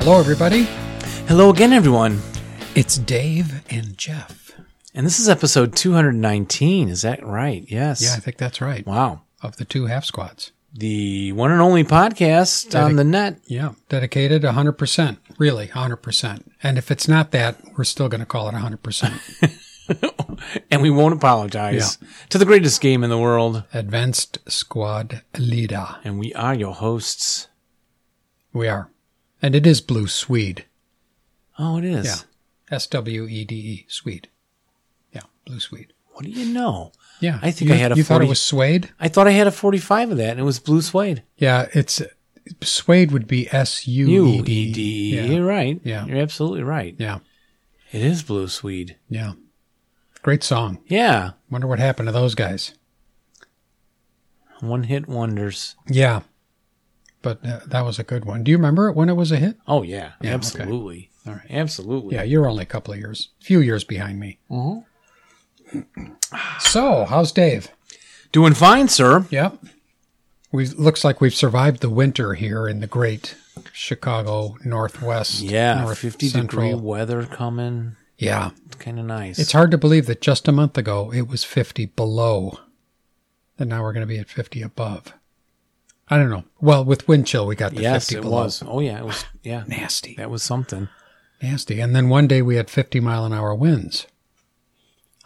Hello, everybody. Hello again, everyone. It's Dave and Jeff. And this is episode 219. Is that right? Yes. Yeah, I think that's right. Wow. Of the two half squats. The one and only podcast on the net. Yeah, dedicated 100%. Really, 100%. And if it's not that, we're still going to call it 100%. And we won't apologize to the greatest game in the world. Advanced Squad Leader. And we are your hosts. We are. And it is Blue Swede. Oh, it is. Yeah. S W E D E, Swede. Yeah, Blue Swede. What do you know? Yeah. I think You- I had a You thought it 40 was suede? I thought I had a 45 of that, and it was blue suede. Yeah, it's suede would be S U E You, D. ED. Yeah. You're right. Yeah. You're absolutely right. Yeah. It is blue suede. Yeah. Great song. Yeah. Wonder what happened to those guys. One hit wonders. Yeah. But uh, that was a good one. Do you remember it when it was a hit? Oh, yeah. Yeah, okay. absolutely. All right. Absolutely. Yeah, you're only a couple of years, few years behind me. Mm-hmm. So, how's Dave? Doing fine, sir. Yep. We looks like we've survived the winter here in the great Chicago Northwest. Yeah, North 50 Central. degree weather coming. Yeah. It's kind of nice. It's hard to believe that just a month ago it was 50 below, and now we're going to be at 50 above. I don't know. Well, with wind chill, we got the yes, 50 it below. was. Oh yeah, it was. Yeah, Nasty. that was something. Nasty. And then one day we had 50 mile an hour winds.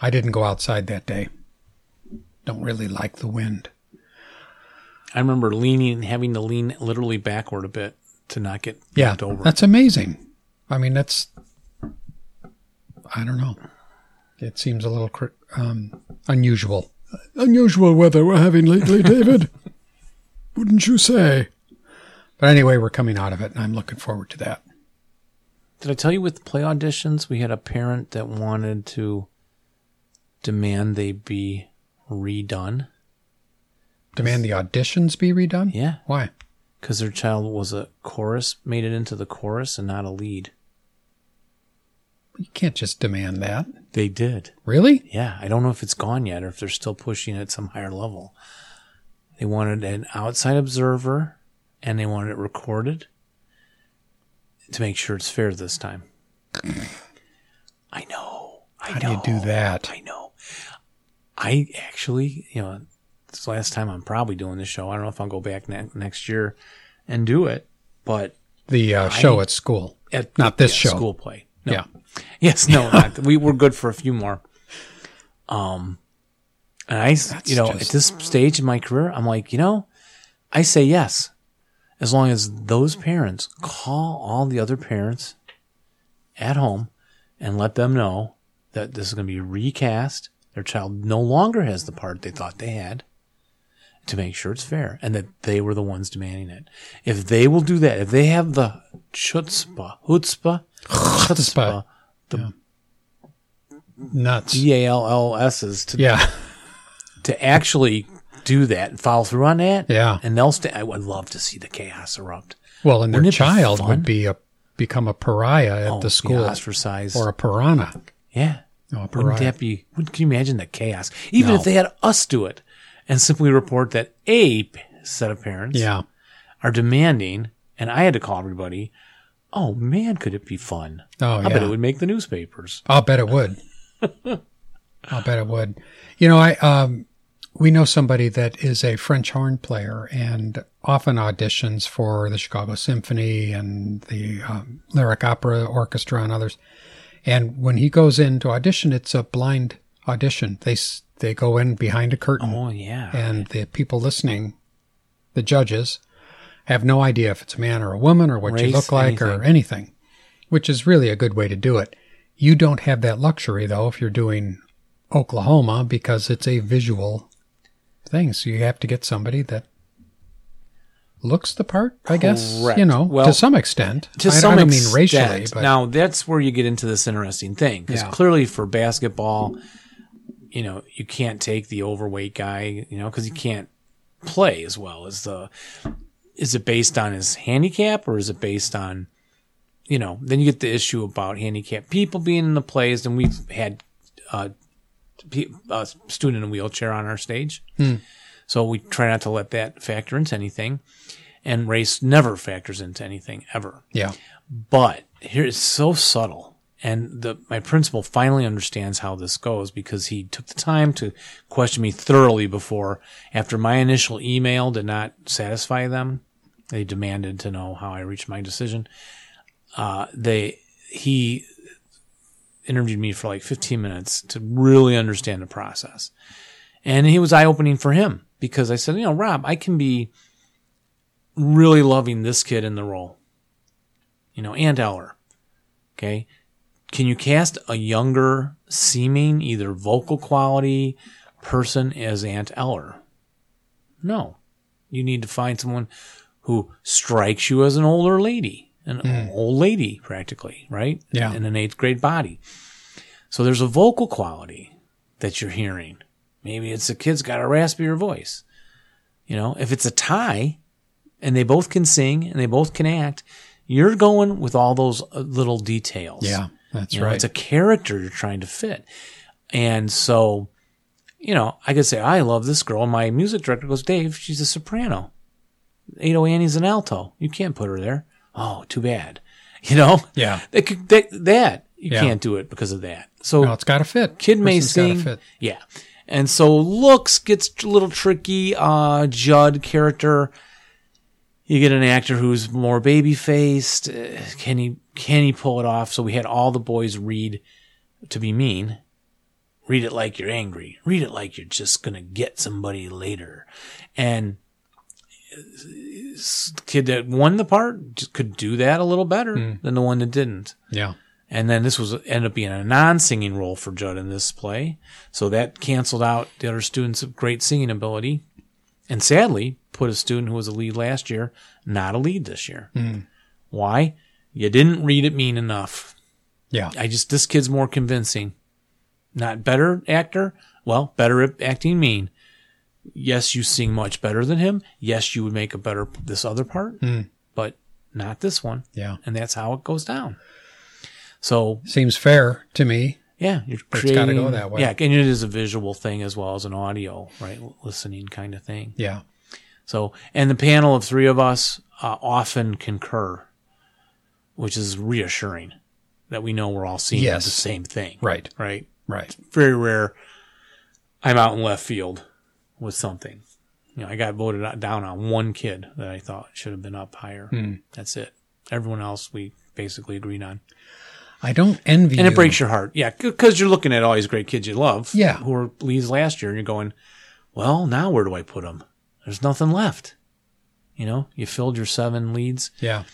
I didn't go outside that day. Don't really like the wind. I remember leaning, having to lean literally backward a bit to not get Yeah. knocked over. That's amazing. I mean, that's, I don't know. It seems a little cr- um, unusual. Unusual weather we're having lately, David. Wouldn't you say? But anyway, we're coming out of it, and I'm looking forward to that. Did I tell you with the play auditions, we had a parent that wanted to demand they be redone Demand the auditions be redone? Yeah. Why? because their child was a chorus, made it into the chorus and not a lead. You can't just demand that. They did. Really? Yeah, I don't know if it's gone yet or if they're still pushing it at some higher level. They wanted an outside observer and they wanted it recorded to make sure it's fair this time. I know. I How do know. you do that? I know. I actually, you know, this last time I'm probably doing this show. I don't know if I'll go back ne- next year and do it, but The uh, show at school. at Not this yeah, show. school play. No. Yeah. Yes, no, not, we were good for a few more. Um, and I, s- you know, just- at this stage in my career, I'm like, you know, I say yes, as long as those parents call all the other parents at home and let them know that this is going to be recast. Their child no longer has the part they thought they had to make sure it's fair and that they were the ones demanding it. If they will do that, if they have the chutzpah, chutzpah, chutzpah, the Nuts. D A L L S's to, Yeah. to actually do that and follow through on that. Yeah. And they'll stay. I would love to see the chaos erupt. Well, and their Wouldn't it be child fun? would be a become a pariah at Oh, the be school ostracized. or a piranha. yeah. No, a Wouldn't pariah. that be? Would, can you imagine the chaos? Even No. if they had us do it and simply report that a p- set of parents Yeah. are demanding, and I had to call everybody. Oh man, could it be fun? Oh, I yeah. bet it would make the newspapers. I'll bet it would. I'll bet it would. You know, I um, we know somebody that is a French horn player and often auditions for the Chicago Symphony and the um, Lyric Opera Orchestra and others. And when he goes in to audition, it's a blind audition. They s- they go in behind a curtain. Oh yeah. and the people listening, the judges, have no idea if it's a man or a woman or what you Race, look like or anything, which is really a good way to do it. You don't have that luxury though if you're doing Oklahoma because it's a visual thing. So you have to get somebody that looks the part, I guess. Correct. You know, to Well, some extent. to I, some I don't extent. mean racially, but now that's where you get into this interesting thing because Yeah. clearly for basketball, you know, you can't take the overweight guy, you know, because he can't play as well as the. Is it based on his handicap or is it based on, you know? Then you get the issue about handicapped people being in the plays, and we've had uh, pe- a student in a wheelchair on our stage, Hmm. so we try not to let that factor into anything, and race never factors into anything ever yeah. But here it's so subtle. And the, my principal finally understands how this goes because he took the time to question me thoroughly before, after my initial email did not satisfy them. They demanded to know how I reached my decision. Uh, they, he interviewed me for like 15 minutes to really understand the process. And it was eye opening for him because I said, you know, Rob, I can be really loving this kid in the role, you know, and Eller. Okay. Can you cast a younger seeming, either vocal quality person as Aunt Eller? No. You need to find someone who strikes you as an older lady, an old lady practically, right? Yeah. In an eighth grade body. So there's a vocal quality that you're hearing. Maybe it's a kid's got a raspier voice. You know, if it's a tie and they both can sing and they both can act, you're going with all those uh, little details. Yeah, that's You know, right. It's a character you're trying to fit. And so, you know, I could say, I love this girl. And my music director goes, Dave, she's a soprano. 80 Annie's an alto. You can't put her there. Oh, too bad. You know? Yeah. That, could- that, that you Yeah. can't do it because of that. So No, it's got to fit. kid may Person's gotta sing. Yeah. And so looks gets a little tricky. Uh, Judd character. You get an actor who's more baby faced. Can he can he pull it off? So we had all the boys read to be mean. Read it like you're angry. Read it like you're just gonna get somebody later. And uh, s- kid that won the part just could do that a little better Hmm. than the one that didn't. Yeah. And then this was ended up being a non-singing role for Judd in this play, so that canceled out the other students' great singing ability, and sadly put a student who was a lead last year not a lead this year. Why? You didn't read it mean enough. Yeah. I just this kid's more convincing, not better actor. Well, better at acting mean. Yes, you sing much better than him. Yes, you would make a better this other part, but not this one. Yeah. And that's how it goes down. So Seems fair to me. yeah, you're gotta creating. go that way. Yeah, and it is a visual thing as well as an audio, right? Listening kind of thing. Yeah. So, and the panel of three of us uh, often concur, which is reassuring that we know we're all seeing Yes. the same thing. Right. Right. Right. Very rare. I'm out in left field with something. You know, I got voted out- down on one kid that I thought should have been up higher. Hmm. That's it. Everyone else we basically agreed on. I don't envy And you. it breaks your heart. Yeah, because you're looking at all these great kids you love. Yeah. Who were leads last year, and you're going, well, now where do I put them? There's nothing left. You know, you filled your seven leads. Yeah.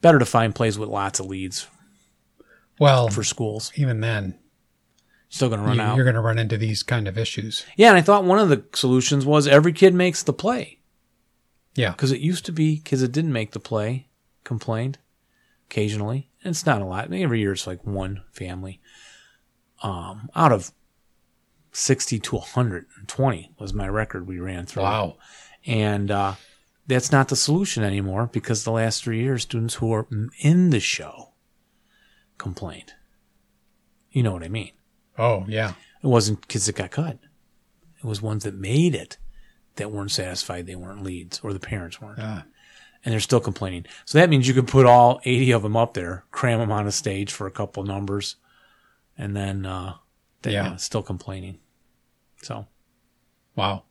Better to find plays with lots of leads Well, for schools. even then, Still going to run you, out. you're going to run into these kind of issues. Yeah, and I thought one of the solutions was every kid makes the play. Yeah. Because it used to be kids that didn't make the play complained occasionally. And it's not a lot. I mean, every year it's like one family. Um, out of 60 to 120 was my record we ran through. Wow. And uh, that's not the solution anymore because the last three years, students who are in the show complained. You know what I mean? Oh, yeah. It wasn't kids that got cut. It was ones that made it that weren't satisfied. They weren't leads or the parents weren't. Ah. And they're still complaining. So that means you could put all 80 of them up there, cram them on a stage for a couple numbers, and then uh, they, Yeah. yeah, still complaining. So, Wow.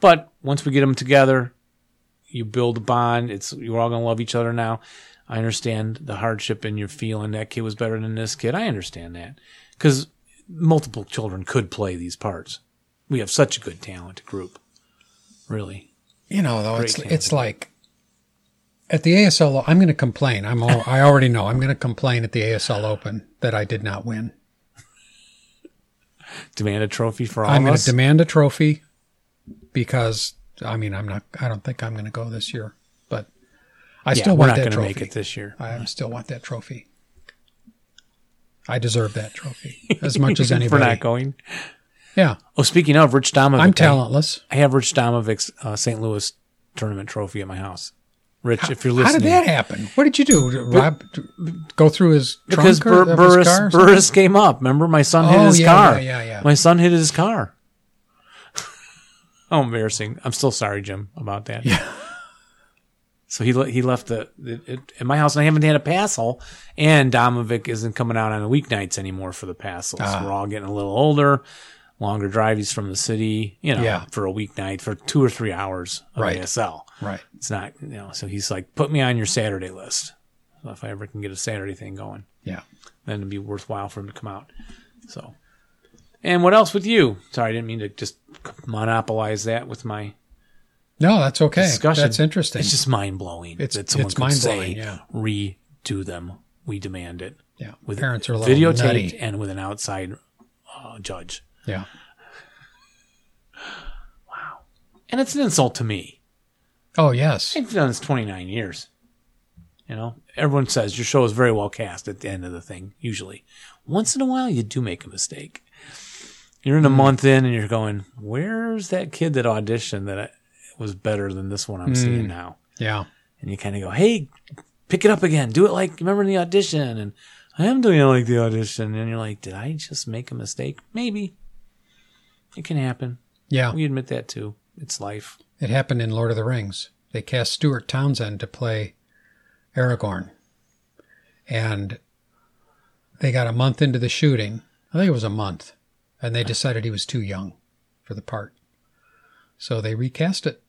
but once we get them together, you build a bond. It's you're all gonna love each other now. I understand the hardship and you're feeling that kid was better than this kid. I understand that because multiple children could play these parts. We have such a good talented group, really. You know, though, it's, candidate. it's like at the ASL, I'm going to complain. I'm all, I already know I'm going to complain at the ASL Open that I did not win. Demand a trophy for all I'm of going to us. demand a trophy because I mean, I'm not, I don't think I'm going to go this year, but I yeah, still we're want not that going to trophy. make it this year. I still want that trophy. I deserve that trophy as much as anybody. We're not going. Yeah, Oh, speaking of Rich Domovic, I'm I- talentless. I have Rich Domovic's uh, St. Louis tournament trophy at my house. Rich, if you're How did listening, that happen? What did you do? Did Rob d- go through his because trunk or Bur- of his Burris, car or something? Burris came up. Remember, my son hit Oh, his yeah, car. yeah, yeah, yeah. My son hit his car. How embarrassing! I'm still sorry, Jim, about that. Yeah. So he le- he left the, the it, in my house, and I haven't had a passel. And Domovic isn't coming out on the weeknights anymore for the passel. Ah. So we're all getting a little older, longer drive. He's from the city, you know, Yeah. for a weeknight for two or three hours of Right. ASL. Right. It's not you know. So he's like, put me on your Saturday list. So if I ever can get a Saturday thing going, Yeah. then it'd be worthwhile for him to come out. So, and what else with you? Sorry, I didn't mean to just monopolize that with my No, that's okay. discussion. That's interesting. It's just mind blowing. It's- that someone it's could mind-blowing, say, yeah. redo them. We demand it. yeah. With Parents are a little videotaped nutty. and with an outside uh, judge. Yeah. And it's an insult to me. Oh, yes. I've done this 29 years. You know, everyone says your show is very well cast at the end of the thing, usually. Once in a while, you do make a mistake. You're in a month in and you're going, where's that kid that auditioned that I- was better than this one I'm seeing now? Yeah. and you kind of go, "Hey, pick it up again. Do it like remember in the audition." And I am doing it like the audition, and you're like, "Did I just make a mistake? Maybe it can happen. Yeah. We admit that too. It's life." It happened in Lord of the Rings. They cast Stuart Townsend to play Aragorn. And they got a month into the shooting. I think it was a month. And they decided he was too young for the part. So they recast it.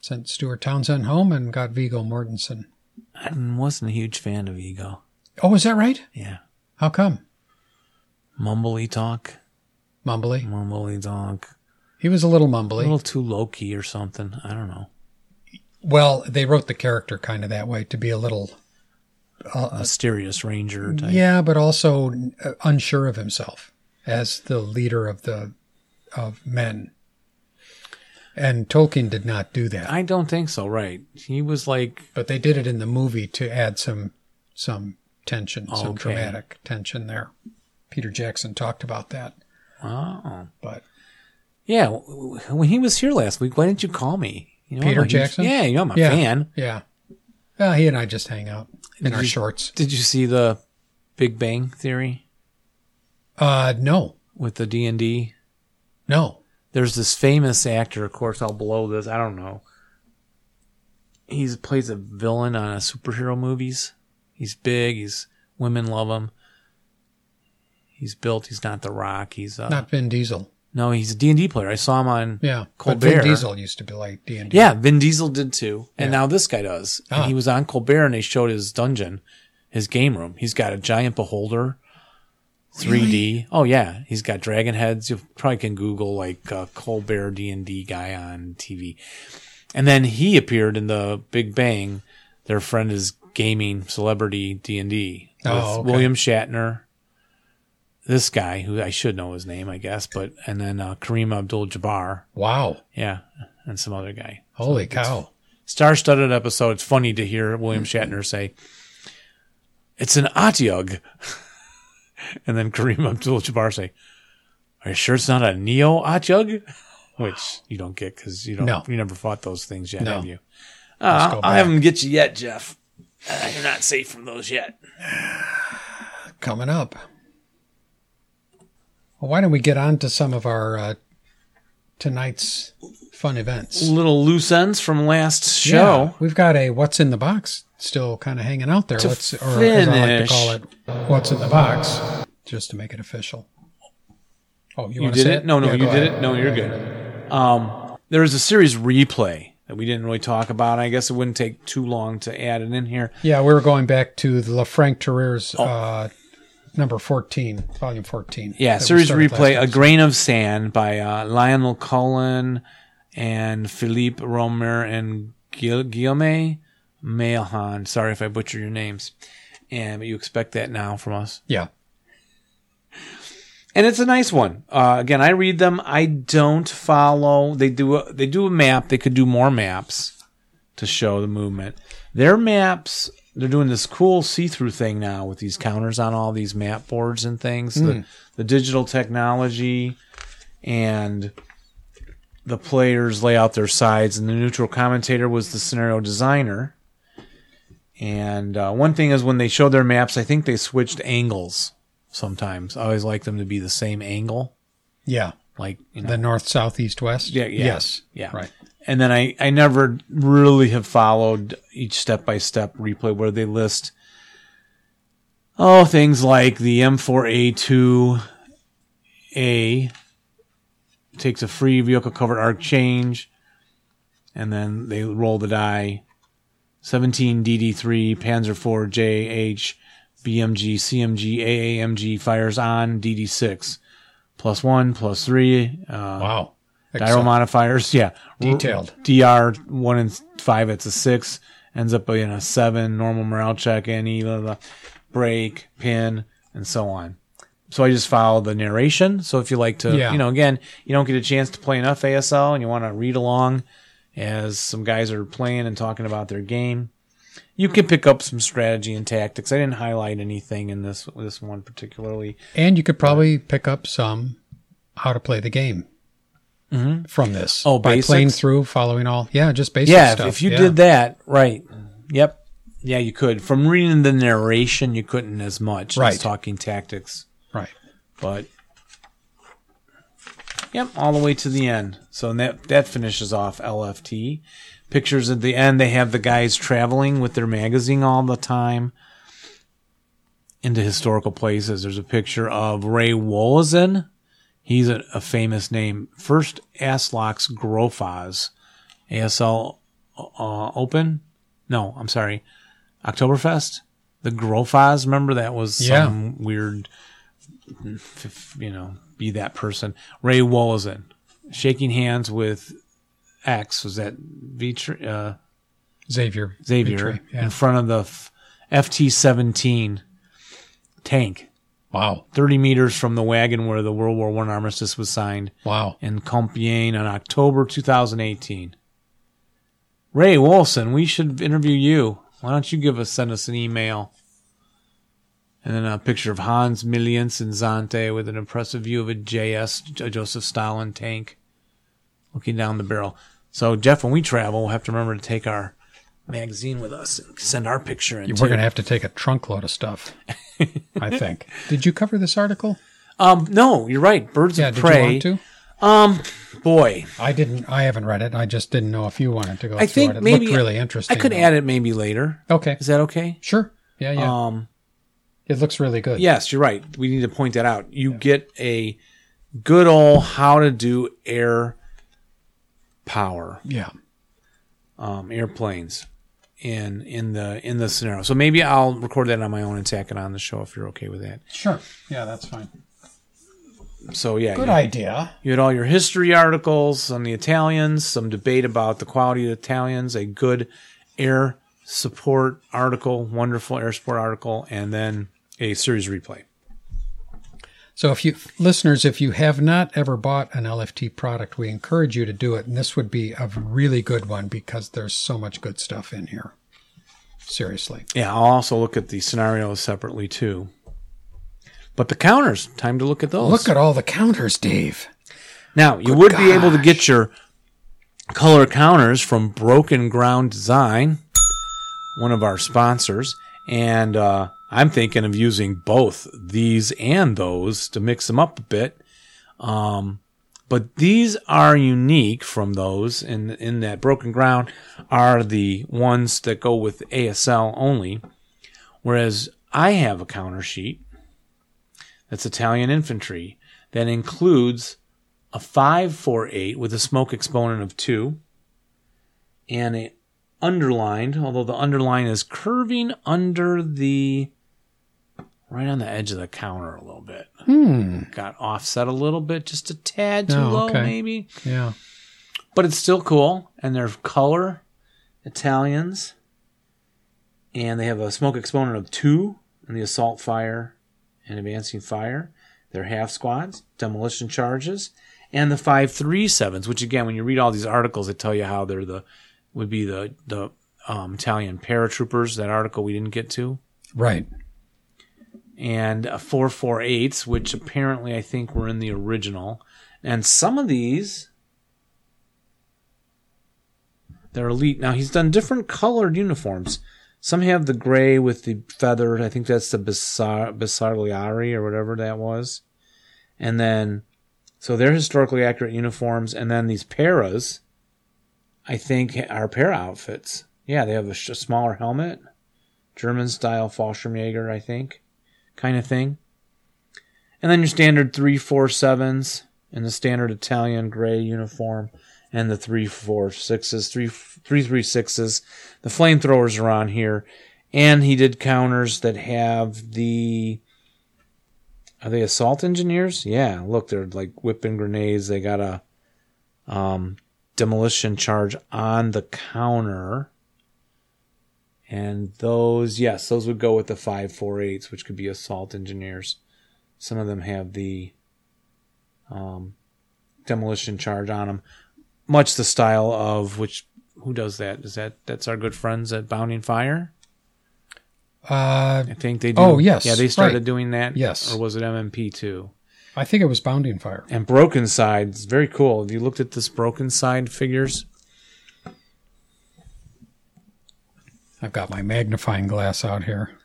Sent Stuart Townsend home and got Vigo Mortensen. I wasn't a huge fan of ego. Oh, is that right? Yeah, How come? mumbly talk, Mumbly. mumbly talk, He was a little a mumbly. little too low key or something. I don't know. Well, they wrote the character kind of that way to be a little, uh, Mysterious ranger type. yeah, but also uh, unsure of himself as the leader of the of men. And Tolkien did not do that, I don't think so. Right? He was like but they did it in the movie to add some some tension, some Okay. dramatic tension there. Peter Jackson talked about that, Oh. but Yeah, w- w- when he was here last week, why didn't you call me? You know, I'm Peter a huge- Jackson? yeah, you know, I'm a yeah, fan. yeah. Uh, he and I just hang out in our you- shorts. Did you see the Big Bang Theory Uh, no, with the D and D? no. There's this famous actor. Of course, I'll blow this. I don't know. He plays a villain on a superhero movies. He's big. He's women love him. He's built. He's not the Rock. He's uh, Not Vin Diesel. no. He's a D and D player. I saw him on Yeah, but Colbert. Vin Diesel used to be like D and D. Yeah, Vin Diesel did too, and now this guy does. Ah. And he was on Colbert, and they showed his dungeon, his game room. He's got a giant beholder, 3D. Oh yeah, he's got dragon heads. You probably can Google like uh, Colbert D and D guy on TV, and then he appeared in the Big Bang. Their friend is gaming celebrity D and D with Oh, okay. William Shatner. This guy, who I should know his name, I guess, but and then uh, Kareem Abdul-Jabbar, Wow. yeah, and some other guy Holy cow. star-studded episode. It's funny to hear William Mm-hmm. Shatner say, "It's an Atyug," and then Kareem Abdul-Jabbar say, "Are you sure it's not a Neo Atyug?" Which you don't get because you don't No. you never fought those things yet, No. have you? Let's Uh, go I'll have back. them get you yet, Jeff. Uh, you're not safe from those yet. coming up. Well, why don't we get on to some of our uh, tonight's fun events? Little loose ends from last Yeah, show. we've got a what's in the box still kind of hanging out there. To Let's, or as I like to finish. call it, what's in the box, just to make it official. Oh, you, You want did to it? No, no, you did it. No, you're Yeah, go good. Um, there is a series replay that we didn't really talk about. I guess it wouldn't take too long to add it in here. Yeah, we were going back to the Lefranc Terrier's Oh. uh, number fourteen, volume fourteen. Yeah, that we series started last replay A episode. Grain of Sand by uh, Lionel Cullen and Philippe Romer and Gil- Guillaume Mailhan. Sorry if I butcher your names. And but you expect that now from us. Yeah, and it's a nice one. Uh, again, I read them. I don't follow. They do a, they do a map. They could do more maps to show the movement. Their maps. They're doing this cool see-through thing now with these counters on all these map boards and things. The, the digital technology and the players lay out their sides, and the neutral commentator was the scenario designer. And uh, one thing is when they showed their maps, I think they switched angles sometimes. I always like them to be the same angle, yeah, like you know, the north, south, east, west. yeah, yeah, yes, yeah. right. and then I, I never really have followed each step by step replay where they list oh things like the M4A2A takes a free vehicle covered arc change, and then they roll the die. 17 DD3 Panzer IV JH BMG CMG AAMG fires on DD6 plus one plus three uh, Wow. Gyro modifiers, yeah. Detailed. DR one and five, it's a six, ends up being a seven, normal morale check, e, any blah, blah, break, pin, and so on. So I just follow the narration. So if you like to, Yeah. you know, again, you don't get a chance to play enough ASL and you want to read along as some guys are playing and talking about their game, you can pick up some strategy and tactics. I didn't highlight anything in this this one particularly. And you could probably pick up some how to play the game from this. Oh, by playing basics? through, following all. Yeah, just basic yeah, if- stuff. if you yeah. did that, right. Yep. Yeah, you could. From reading the narration, you couldn't as much Right. as talking tactics. Right. But Yep, all the way to the end. So that that finishes off LFT. Pictures at the end, they have the guys traveling with their magazine all the time into historical places. There's a picture of Ray Wolozin. He's a, a famous name. First Aslox Grofaz. ASL uh, Open? No, I'm sorry. Oktoberfest? The Grofaz, remember that was Yeah. some weird, f- f- you know, be that person. Ray Wolozin. Shaking hands with X. Was that Vitri? Uh, Xavier. Xavier Vitry, Yeah. in front of the f- FT 17 tank, Wow. 30 meters from the wagon where the World War One armistice was signed Wow. in Compiègne on October 2018. Ray Wilson, we should interview you. Why don't you give us send us an email? And then a picture of Hans Miliens and Zante with an impressive view of a JS a Joseph Stalin tank looking down the barrel. So Jeff, when we travel, we'll have to remember to take our magazine with us and send our picture in. We're too. going to have to take a trunk load of stuff, I think. Did you cover this article? um, no, you're right. Birds Yeah, of did prey. you want to? Boy, I didn't. I haven't read it. I just didn't know if you wanted to go I through think it. It maybe looked really I interesting. could though. add it maybe later. Okay. Is that okay? Sure. Yeah, yeah. Um, it looks really good. Yes, you're right. We need to point that out. You get a good old how to do air power, Yeah. um, airplanes in in the in the scenario. So maybe I'll record that on my own and tack it on the show if you're okay with that. Sure. Yeah, that's fine. So yeah, Good you, idea. you had all your history articles on the Italians, some debate about the quality of the Italians, a good air support article, wonderful air support article, and then a series replay. So, if you listeners, if you have not ever bought an LFT product, we encourage you to do it. And this would be a really good one because there's so much good stuff in here. Seriously. Yeah, I'll also look at the scenarios separately too. But the counters, time to look at those. Look at all the counters, Dave. now, you would be able to get your color counters from Broken Ground Design, one of our sponsors, and uh, I'm thinking of using both these and those to mix them up a bit. Um, but these are unique from those in in that Broken Ground are the ones that go with ASL only. Whereas I have a counter sheet that's Italian infantry that includes a 548 with a smoke exponent of 2 and it underlined, although the underline is curving under the right on the edge of the counter a little bit. Hmm. Got offset a little bit, just a tad too Oh, low okay. maybe Yeah. but it's still cool and they're color italians and they have a smoke exponent of two in the assault fire and advancing fire they're half squads demolition charges and the 537s which again when you read all these articles they tell you how they're the would be the the um, italian paratroopers that article we didn't get to Right. and a 448s, which apparently I think were in the original. And some of these, they're elite. Now he's done different colored uniforms. Some have the gray with the feathered. I think that's the Bissar- Bissarliari or whatever that was. And then, so they're historically accurate uniforms. And then these paras I think, are pair outfits. Yeah, they have a, sh- a smaller helmet, German style Fallschirmjäger, I think, kind of thing. And then your standard 347s and the standard Italian gray uniform and the 346s, 3, 336s. The flamethrowers are on here. And he did counters that have the. Are they assault engineers? Yeah, look, they're like whipping grenades. They got a um, demolition charge on the counter. And those, yes, those would go with the 548s, which could be assault engineers. Some of them have the um, demolition charge on them, much the style of which. Who does that? Is that that's our good friends at Bounding Fire? Uh, I think they. Do. Oh, yes, yeah, they started right. doing that. Yes. or was it MMP two? I think it was Bounding Fire. And Broken Side is very cool. Have you looked at this Broken Side figures? I've got my magnifying glass out here.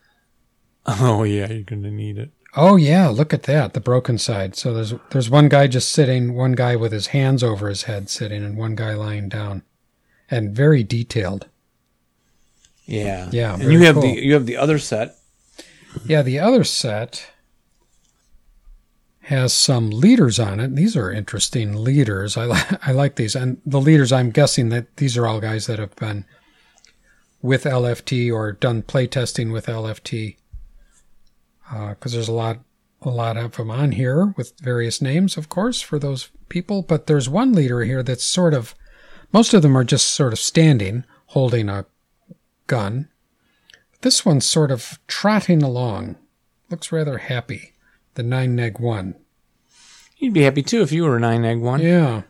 Oh yeah, you're gonna need it. Oh yeah, look at that, the broken side. So there's there's one guy just sitting, one guy with his hands over his head sitting and one guy lying down. And very detailed. Yeah, Yeah, And very you have cool. the you have the other set. Yeah, the other set has some leaders on it. These are interesting leaders. I li- I like these, and the leaders. I'm guessing that these are all guys that have been with LFT or done playtesting with LFT, because uh, there's a lot a lot of them on here with various names, of course, for those people. But there's one leader here that's sort of most of them are just sort of standing, holding a gun. This one's sort of trotting along. Looks rather happy. The nine neg one. You'd be happy too if you were a nine egg one. Yeah.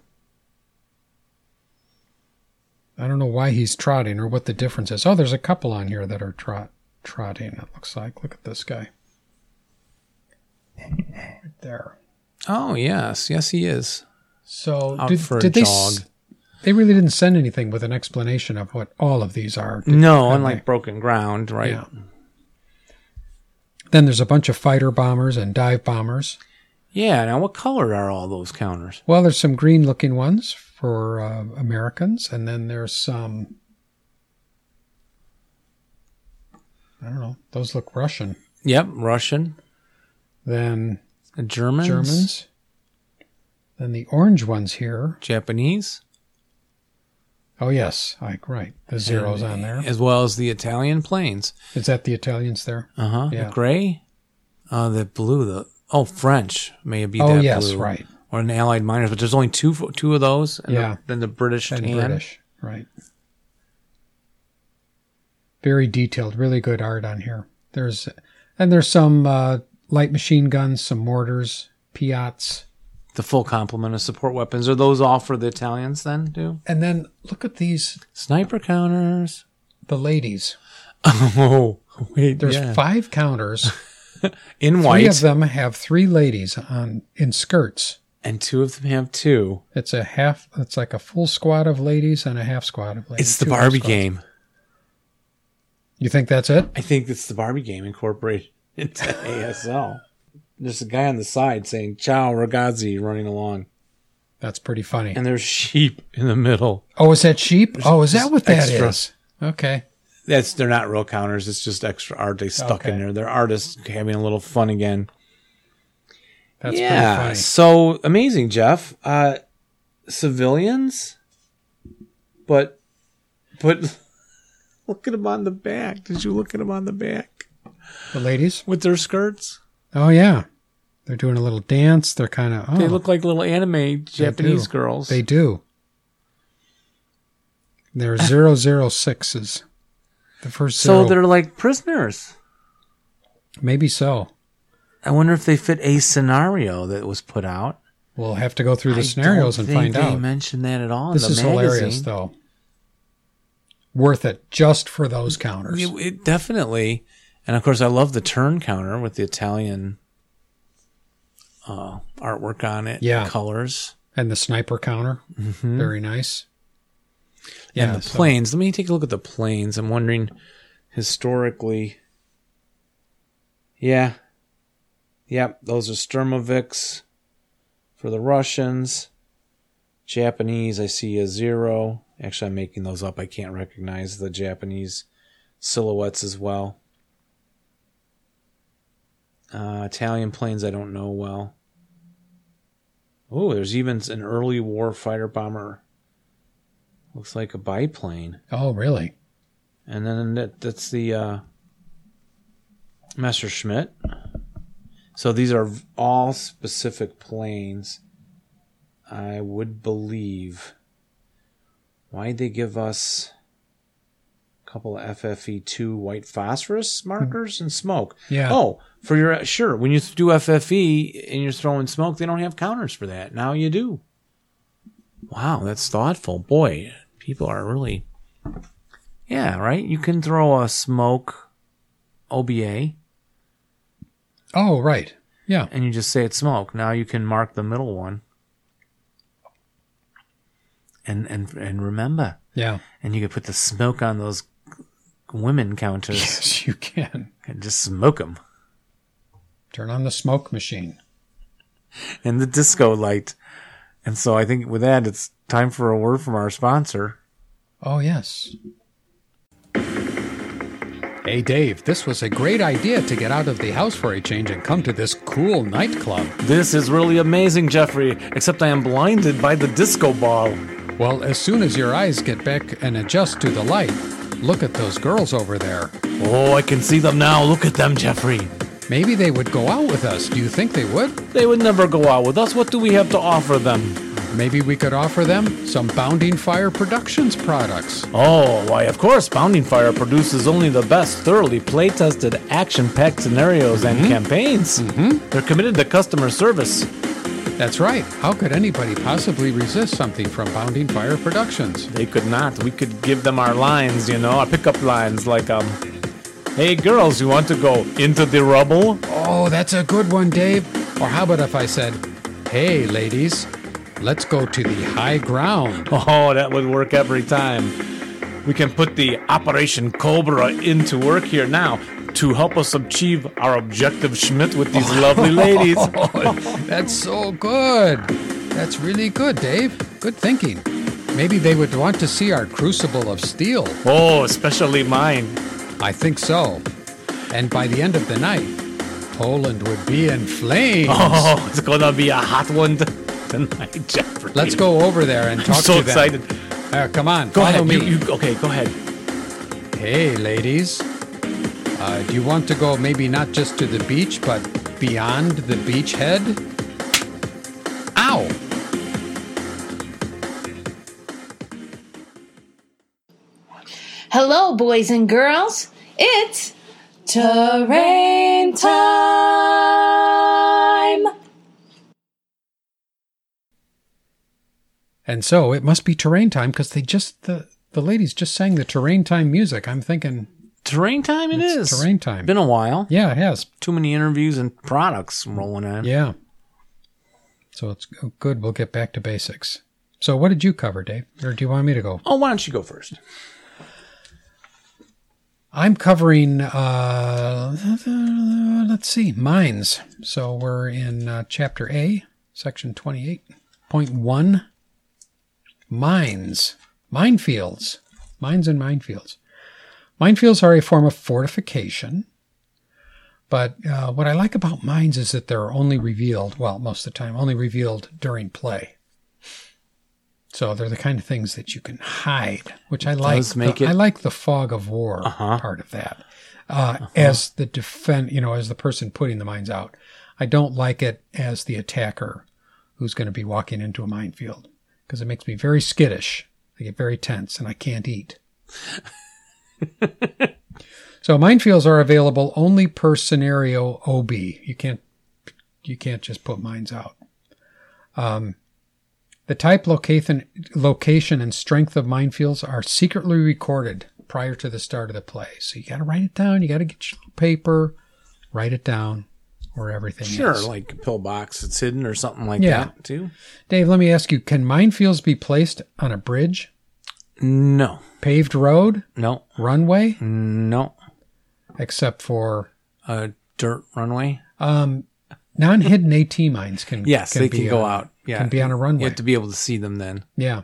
I don't know why he's trotting or what the difference is. Oh, there's a couple on here that are trot trotting, it looks like. Look at this guy. Right there. Oh yes, yes he is. So Out did, for a did they jog. s- they really didn't send anything with an explanation of what all of these are. did No, they? unlike Broken Ground, right? Yeah. Then there's a bunch of fighter bombers and dive bombers. Yeah, now what color are all those counters? Well, there's some green looking ones for uh, Americans, and then there's some. I don't know. Those look Russian. Yep, Russian, Then Germans, Germans. Then the orange ones here. Japanese, Oh, yes. I, right. The zeros and- on there. as well as the Italian planes. Is that the Italians there? Uh huh. Yeah. The gray, uh, the blue, the oh French may it be Oh, that yes. blue, Right. Or an Allied miners, but there's only two fo- two of those. And Yeah. The, then the British And tan. British. Right. Very detailed. Really good art on here. There's, and there's some uh, light machine guns, some mortars, Piats. The full complement of support weapons are those all for the Italians then too? And then look at these Sniper counters. the ladies. Oh wait, There's yeah. five counters. in Three white, of them have three ladies on in skirts. and two of them have two. It's a half it's like a full squad of ladies and a half squad of ladies. It's the two half Barbie squads. game. You think that's it? I think it's the Barbie game incorporated into ASL. There's a guy on the side saying "Ciao, ragazzi" running along, That's pretty funny. and there's sheep in the middle. oh, is that sheep? Oh, is that what that is? extra. Okay. That's they're not real counters. It's just extra art they stuck in Okay. there. They're artists having a little fun again. That's pretty yeah, funny. so amazing, Jeff. Uh, civilians, but but look at them on the back. Did you look at them on the back The ladies? with their skirts? Oh yeah. They're doing a little dance. They're kind of oh, They look like little anime Japanese do. girls. They do. They're zero zero sixes. The first so zero. they're like prisoners. maybe so. I wonder if they fit a scenario that was put out. We'll have to go through the I scenarios don't and think find they out. mentioned that at all. in This the is hilarious, magazine. though. Worth it just for those counters. It, it definitely, and of course, I love the turn counter with the Italian uh, artwork on it. Yeah. colors. And the sniper counter, very nice. Mm-hmm. and the so- planes. Let me take a look at the planes. I'm wondering, historically, yeah, yep, those are Sturmoviks for the Russians. Japanese, I see a zero, Actually, I'm making those up. I can't recognize the Japanese silhouettes as well. Uh, Italian planes, I don't know well. Oh, there's even an early war fighter bomber. Looks like a biplane. Oh, really? And then that, that's the uh, Messerschmitt. So these are all specific planes. I would believe. Why'd they give us a couple of FFE2 white phosphorus markers and smoke? Yeah. Oh, for your sure. When you do FFE and you're throwing smoke, they don't have counters for that. Now you do. Wow, that's thoughtful. Boy, people are really. Yeah, right? You can throw a smoke OBA Oh, right. Yeah. and you just say it's smoke. Now you can mark the middle one. And and and remember, Yeah. and you could put the smoke on those women counters Yes, you can. and just smoke them. Turn on the smoke machine. and the disco light. And so I think with that, it's time for a word from our sponsor. Oh, yes. Hey, Dave, this was a great idea to get out of the house for a change and come to this cool nightclub. This is really amazing, Jeffrey, except I am blinded by the disco ball. Well, as soon as your eyes get back and adjust to the light, look at those girls over there. Oh, I can see them now. Look at them, Jeffrey. Maybe they would go out with us. Do you think they would? They would never go out with us. What do we have to offer them? Maybe we could offer them some Bounding Fire Productions products. Oh, why, of course, Bounding Fire produces only the best, thoroughly play tested, action packed scenarios and campaigns. Mm-hmm. They're committed to customer service. That's right. How could anybody possibly resist something from Bounding Fire Productions? They could not. We could give them our lines, you know, our pickup lines, like, um, hey girls, you want to go into the rubble? Oh, that's a good one, Dave. Or how about if I said, hey, ladies, let's go to the high ground? Oh, that would work every time. We can put the Operation Cobra into work here now to help us achieve our objective, Schmidt, with these lovely ladies. That's so good. That's really good, Dave. Good thinking. Maybe they would want to see our crucible of steel. Oh, especially mine. I think so. And by the end of the night, Poland would be in flames. Oh, it's gonna be a hot one tonight, Jeffrey. Let's go over there and talk I'm so to excited. them. Uh, come on, Go follow ahead. me. You, you, okay, go ahead. Hey, ladies. Uh, do you want to go maybe not just to the beach, but beyond the beachhead? Ow! Hello, boys and girls. It's terrain time. And so it must be terrain time because they just, the, the ladies just sang the terrain time music. I'm thinking, Terrain time it It's is. terrain time. Been a while. yeah, it has. too many interviews and products rolling in. Yeah. So it's g- good. We'll get back to basics. So what did you cover, Dave? Or do you want me to go? Oh, why don't you go first? I'm covering, uh, let's see, mines. So we're in uh, Chapter A, Section 28.1 Mines, Minefields, Mines and Minefields. Minefields are a form of fortification, but uh, what I like about mines is that they're only revealed, well, most of the time, only revealed during play. So they're the kind of things that you can hide, which I like. does make The- it- Uh-huh. I like the fog of war part of that. Uh, As the defend, you know, as the person putting the mines out, I don't like it as the attacker who's going to be walking into a minefield because it makes me very skittish. I get very tense and I can't eat. so minefields are available only per scenario OB. You can't you can't just put mines out. Um, the type, location, location, and strength of minefields are secretly recorded prior to the start of the play. So you got to write it down. You got to get your little paper, write it down where everything Sure, is. like a pillbox that's hidden or something like Yeah. that too. Dave, let me ask you: Can minefields be placed on a bridge, No, paved road, no, runway, no. except for A dirt runway. um, non-hidden AT mines? Can Yes, they be can go on- out. Yeah, can be on a You runway. have to be able to see them then. yeah,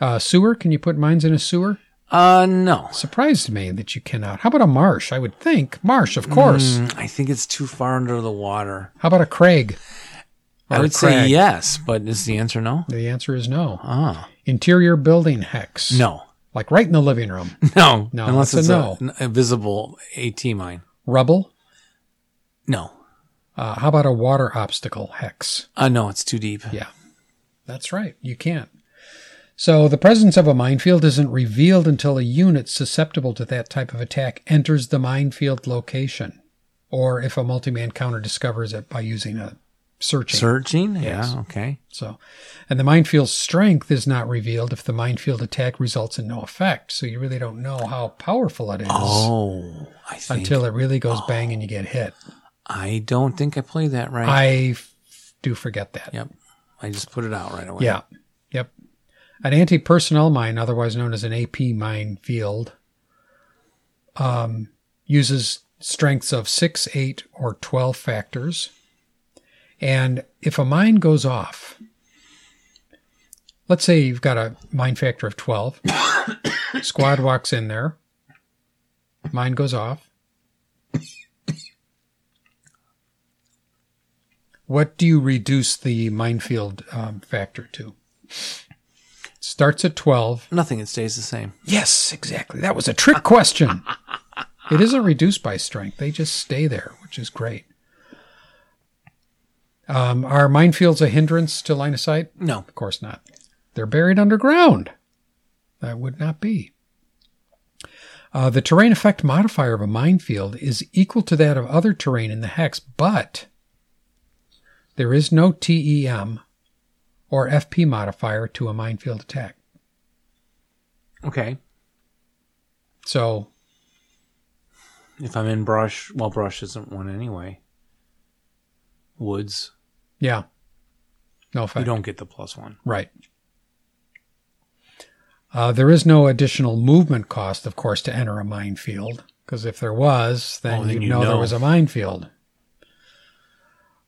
Uh, sewer? Can you put mines in a sewer? Uh, no. Surprised me that you cannot. How about a marsh? I would think marsh, of course. Mm, I think it's too far under the water. How about a crag? Or I a would say crag? yes, but is the answer no? The answer is no. Ah, Interior building hex. no, Like right in the living room. no, No, Unless that's it's a a, a visible AT mine. Rubble. No, Uh, how about a water obstacle hex? uh, no, it's too deep. Yeah, that's right. You can't. So the presence of a minefield isn't revealed until a unit susceptible to that type of attack enters the minefield location, or if a multi-man counter discovers it by using a searching. Searching. Yes. Yeah. Okay. So, and the minefield's strength is not revealed if the minefield attack results in no effect. So you really don't know how powerful it is Oh, I think until it really goes bang and you get hit. I don't think I played that right. I f- do forget that. yep. I just put it out right away. Yeah. Yep. An anti personnel mine, otherwise known as an AP mine field, um, uses strengths of 6, 8, or 12 factors. And if a mine goes off, let's say you've got a mine factor of 12, squad walks in there, mine goes off. What do you reduce the minefield um, factor to? Starts at 12. Nothing. It stays the same. Yes, exactly. That was a trick question. it isn't reduced by strength. They just stay there, which is great. Um, are minefields a hindrance to line of sight? No. Of course not. They're buried underground. That would not be. Uh, the terrain effect modifier of a minefield is equal to that of other terrain in the hex, but there is no TEM or FP modifier to a minefield attack. Okay. So If I'm in brush, well, brush isn't one anyway. Woods, Yeah. No you effect. don't get the plus one. Right. Uh, there is no additional movement cost, of course, to enter a minefield, because if there was, then, Oh, then you'd you know, there know. was a minefield.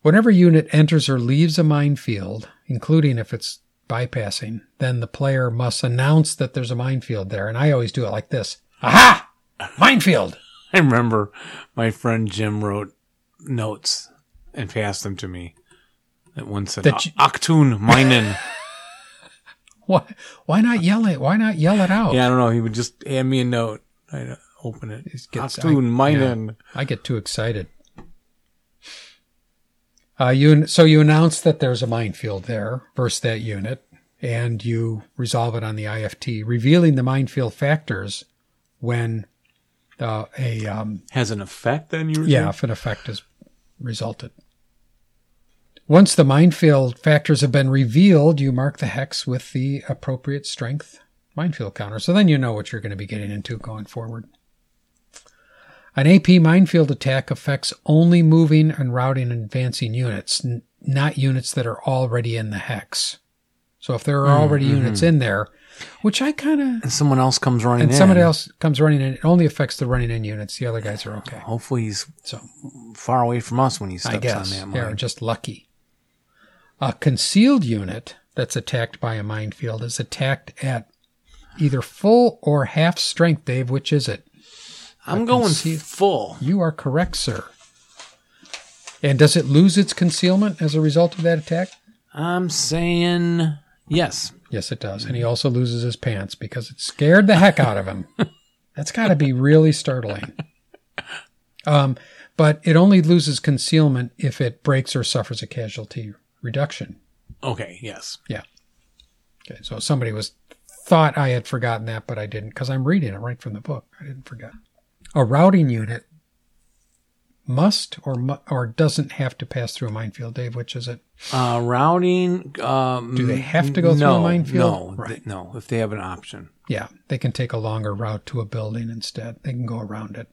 Whenever a unit enters or leaves a minefield, including if it's bypassing, then the player must announce that there's a minefield there. And I always do it like this Aha! Minefield! I remember my friend Jim wrote notes and passed them to me. That one said That you- "Aktun meinen." Why, why not yell it? Why not yell it out? yeah, I don't know. He would just hand me a note. I'd open it. gets- "Aktun I- yeah. meinen." I get too excited. Uh, you so you announce that there's a minefield there versus that unit, and you resolve it on the IFT, revealing the minefield factors when uh, a um, Has an effect then? You were yeah, saying? if an effect is resulted. Once the minefield factors have been revealed, you mark the hex with the appropriate strength minefield counter. So then you know what you're going to be getting into going forward. An AP minefield attack affects only moving and routing and advancing units, n- not units that are already in the hex. So if there are already units in there, which I kind of And someone else comes running and in. somebody else comes running in, it only affects the running in units. The other guys are okay. Hopefully he's So far away from us when he steps I guess on that they're mine. just lucky. A concealed unit that's attacked by a minefield is attacked at either full or half strength, Dave. Which is it? I'm going see- full. You are correct, sir. And does it lose its concealment as a result of that attack? I'm saying yes. Yes, it does. And he also loses his pants because it scared the heck out of him. That's got to be really startling. Um, but it only loses concealment if it breaks or suffers a casualty reduction. Okay, yes. Okay, so somebody was thought I had forgotten that, but I didn't because I'm reading it right from the book. I didn't forget. A routing unit must or mu- or doesn't have to pass through a minefield, Dave. Which is it? Uh, routing. Um, Do they have to go through a no, minefield? No, Right. th- no. If they have an option, Yeah, they can take a longer route to a building instead. They can go around it.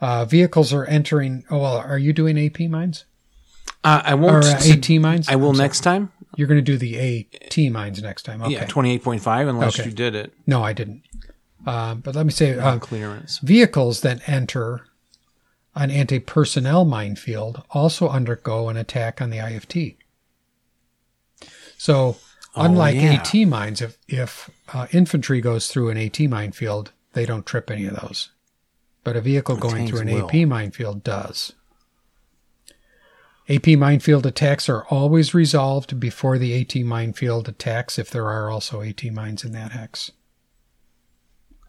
Uh, vehicles are entering. Oh well, are you doing AP mines uh, I or won't. uh, AT mines? I will I'm sorry. next time. You're going to do the AT mines next time. Okay. Yeah, twenty-eight point five. Unless Okay. you did it no, I didn't. Uh, but let me say, uh, clearance. Vehicles that enter an anti personnel minefield also undergo an attack on the IFT. So Unlike Oh, yeah. AT mines, if if uh, infantry goes through an AT minefield, they don't trip any of those. But a vehicle going tanks through an will. AP minefield does. AP minefield attacks are always resolved before the AT minefield attacks if there are also AT mines in that hex.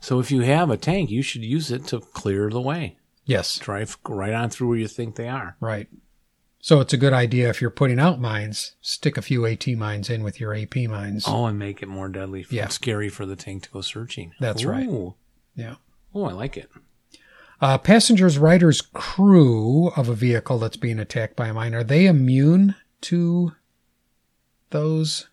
So if you have a tank, you should use it to clear the way. Yes, Drive right on through where you think they are. right. So it's a good idea if you're putting out mines, stick a few AT mines in with your AP mines. Oh, and make it more deadly. Yeah. Scary for the tank to go searching. That's right. Ooh. Yeah. Oh, I like it. Uh, passengers, riders, crew of a vehicle that's being attacked by a mine, are they immune to those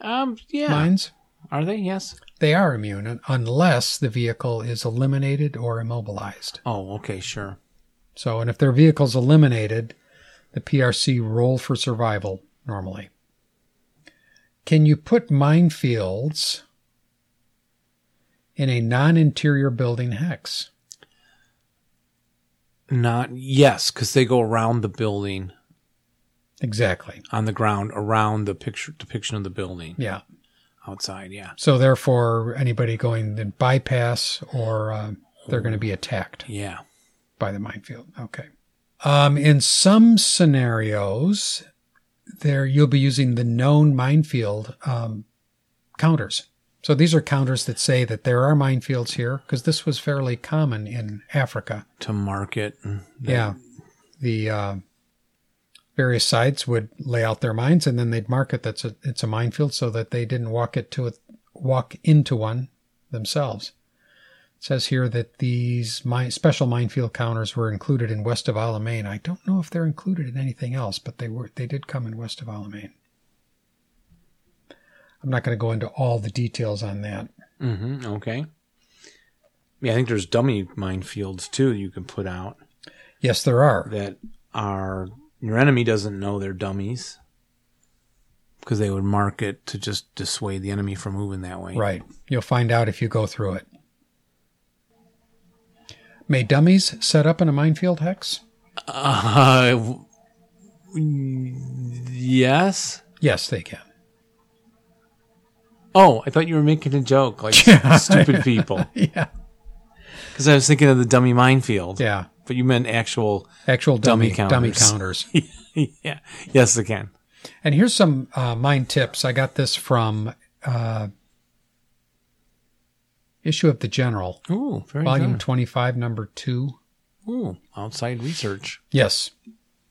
Um, yeah. mines? Are they? Yes. They are immune un- unless the vehicle is eliminated or immobilized. Oh, okay, sure. So, and if their vehicle's eliminated, the PRC roll for survival normally. Can you put minefields in a non interior building hex? Not yes, because they go around the building Exactly. on the ground around the picture depiction of the building Yeah. outside. Yeah. So therefore, anybody going the bypass or uh, they're going to be attacked Yeah. by the minefield. Okay. Um, in some scenarios, there you'll be using the known minefield um, counters. So these are counters that say that there are minefields here because this was fairly common in Africa. To market. and the- Yeah. The uh, various sides would lay out their mines and then they'd mark it that's a, it's a minefield so that they didn't walk it to a, walk into one themselves. It says here that these mine, special minefield counters were included in West of Alamein. I don't know if they're included in anything else, but they were they did come in West of Alamein. I'm not going to go into all the details on that. Mm-hmm. Okay. Yeah, I think there's dummy minefields too you can put out Yes, there are. that are your enemy doesn't know they're dummies because they would mark it to just dissuade the enemy from moving that way. Right. You'll find out if you go through it. May dummies set up in a minefield hex? Uh, w- yes. Yes, they can. Oh, I thought you were making a joke, like stupid people. Yeah. Because I was thinking of the dummy minefield. Yeah. But you meant actual. Actual Dummy dummy, dummy counters. counters. yeah. Yes, they can. And here's some uh, mine tips. I got this from uh, issue of the General, Ooh, very volume good. 25, number 2. Ooh, outside research. Yes. It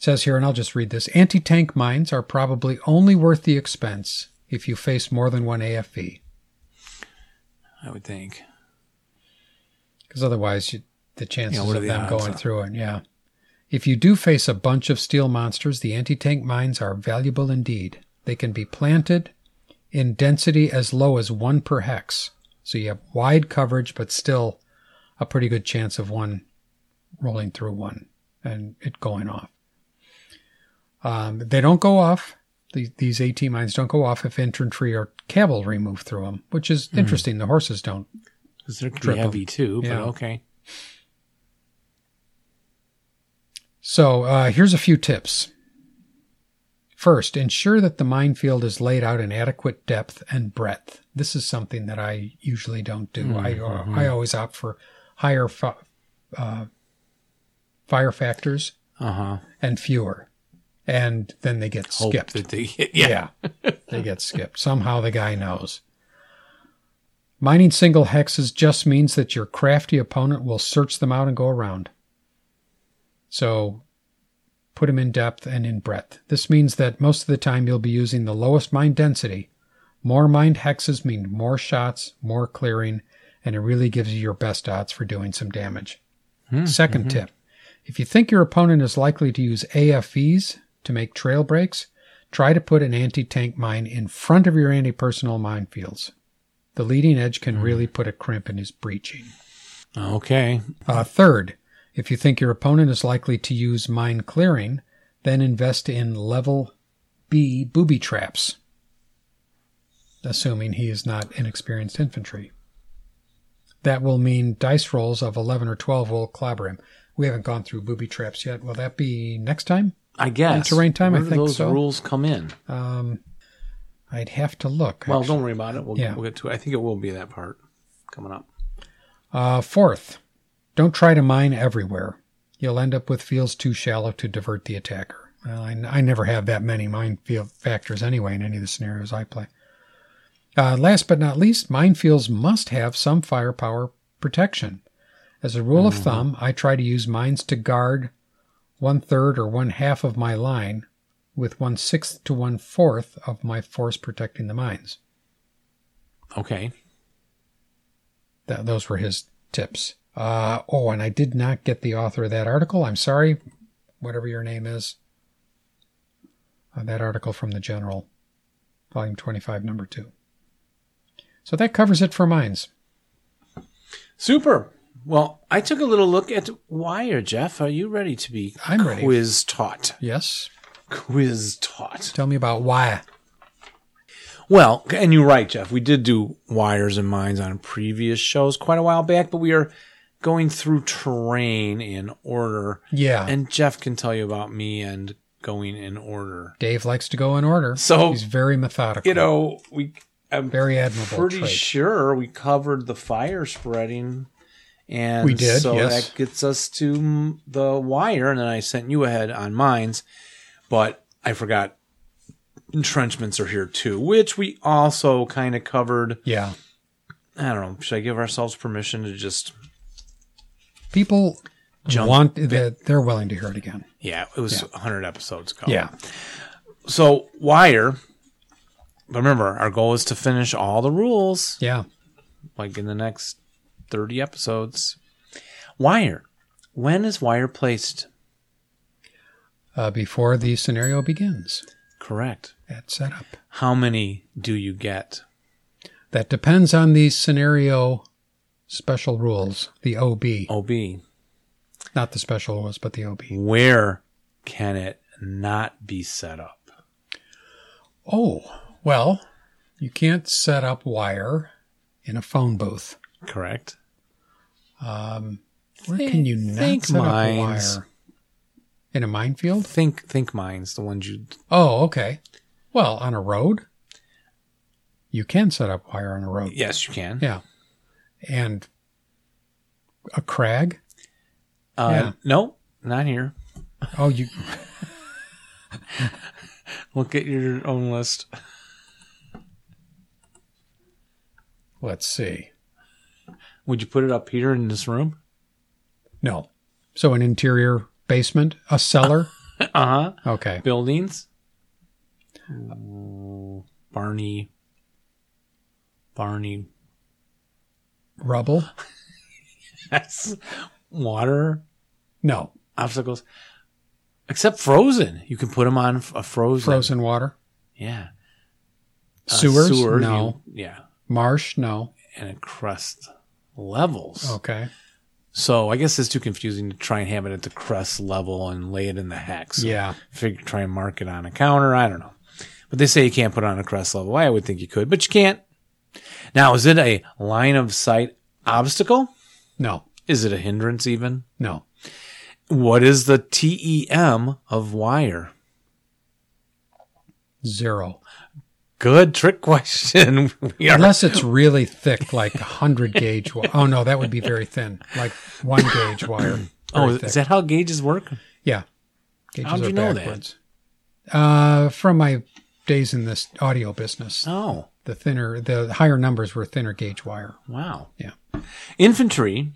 says here, and I'll just read this anti tank mines are probably only worth the expense if you face more than one E. AFV. I would think. because otherwise you, the chances what are of the them odds, going huh? through it yeah if you do face a bunch of steel monsters the anti-tank mines are valuable indeed they can be planted in density as low as one per hex so you have wide coverage but still a pretty good chance of one rolling through one and it going off um, they don't go off the, these AT mines don't go off if infantry or cavalry move through them, which is Hmm. interesting. The horses don't. Because they're pretty Triple. heavy too, Yeah. but okay. So uh, here's a few tips. First, ensure that the minefield is laid out in adequate depth and breadth. This is something that I usually don't do. Mm, mm-hmm. I I always opt for higher fi- uh, fire factors Uh huh. and fewer, and then they get Hope skipped. that they yeah. Yeah. they get skipped. Somehow the guy knows. Mining single hexes just means that your crafty opponent will search them out and go around. So put them in depth and in breadth. This means that most of the time you'll be using the lowest mine density. More mined hexes mean more shots, more clearing, and it really gives you your best odds for doing some damage. 2nd tip if you think your opponent is likely to use AFVs to make trail breaks, try to put an anti tank mine in front of your anti personnel minefields. The leading edge can really put a crimp in his breaching. Okay. Uh, third, if you think your opponent is likely to use mine clearing, then invest in level B booby traps, assuming he is not inexperienced infantry. That will mean dice rolls of 11 or 12 will clobber him. We haven't gone through booby traps yet. Will that be next time? I guess. terrain time, I Where do think those so. rules come in? Um, I'd have to look. Well, don't worry about it. We'll, Yeah. we'll get to it. I think it will be that part coming up. Uh, fourth, don't try to mine everywhere. You'll end up with fields too shallow to divert the attacker. Well, I, I never have that many minefield factors anyway in any of the scenarios I play. Uh, last but not least, minefields must have some firepower protection. As a rule of thumb, I try to use mines to guard one third or one half of my line, with one sixth to one fourth of my force protecting the mines. Okay. That, those were his tips. Uh, oh, and I did not get the author of that article. I'm sorry, whatever your name is. Uh, that article from the General, Volume 25, Number 2. So that covers it for mines. Super. Well, I took a little look at Wire, Jeff. Are you ready to be I'm ready. quiz taught? Yes? Quiz taught. Tell me about why. Well, and you're right, Jeff. We did do wires and mines on previous shows quite a while back, but we are going through terrain in order. Yeah. And Jeff can tell you about me and going in order. Dave likes to go in order. So- he's very methodical. You know, we um, I'm very admirable. pretty trait. sure we covered the fire spreading. And We did, so yes. that gets us to mm, the wire, and then I sent you ahead on mines, but I forgot entrenchments are here too, which we also kind of covered. yeah. I don't know. Should I give ourselves permission to just? People Jump want that they're willing to hear it again. Yeah, it was 100 episodes ago. Yeah. So wire. But remember, our goal is to finish all the rules Yeah. like in the next 30 episodes. Wire. When is wire placed? Uh, before the scenario begins, Correct. that's set up. How many do you get? That depends on the scenario special rules, the OB. OB. Not the special rules, but the OB. Where can it not be set up? Oh, well, you can't set up wire in a phone booth. Correct. Um, where can you not think set mines. up wire? In a minefield? Think think mines, the ones you Oh, okay. Well, on a road? You can set up wire on a road. Yes, you can. Yeah. And a crag? Uh, Yeah. No, not here. Oh, you Look at your own list. let's see. Would you put it up here in this room? No. So an interior basement, a cellar? Uh huh. Okay. Buildings. Ooh, Barney. Barney. Rubble? Yes. Water. No. Obstacles. Except frozen. You can put them on f- a frozen. Frozen water? Yeah. A Sewers? sewer, No. Uh, you- yeah. Marsh? No. And a crust levels. Okay. So I guess it's too confusing to try and have it at the crest level and lay it in the hex. Yeah. figure, try and mark it on a counter. I don't know. But they say you can't put it on a crest level. I would think you could, but you can't. Now, is it a line of sight obstacle? No. Is it a hindrance even? No. What is the TEM of wire? Zero. Good trick question. We are- Unless it's really thick, like 100 gauge. Wi- oh, no, that would be very thin, like one gauge wire. oh, Very is thick. that how gauges work? Yeah. Gauges How'd are you know that? backwards. Uh, from my days in this audio business, Oh, the thinner, the higher numbers were thinner gauge wire. wow. Yeah. Infantry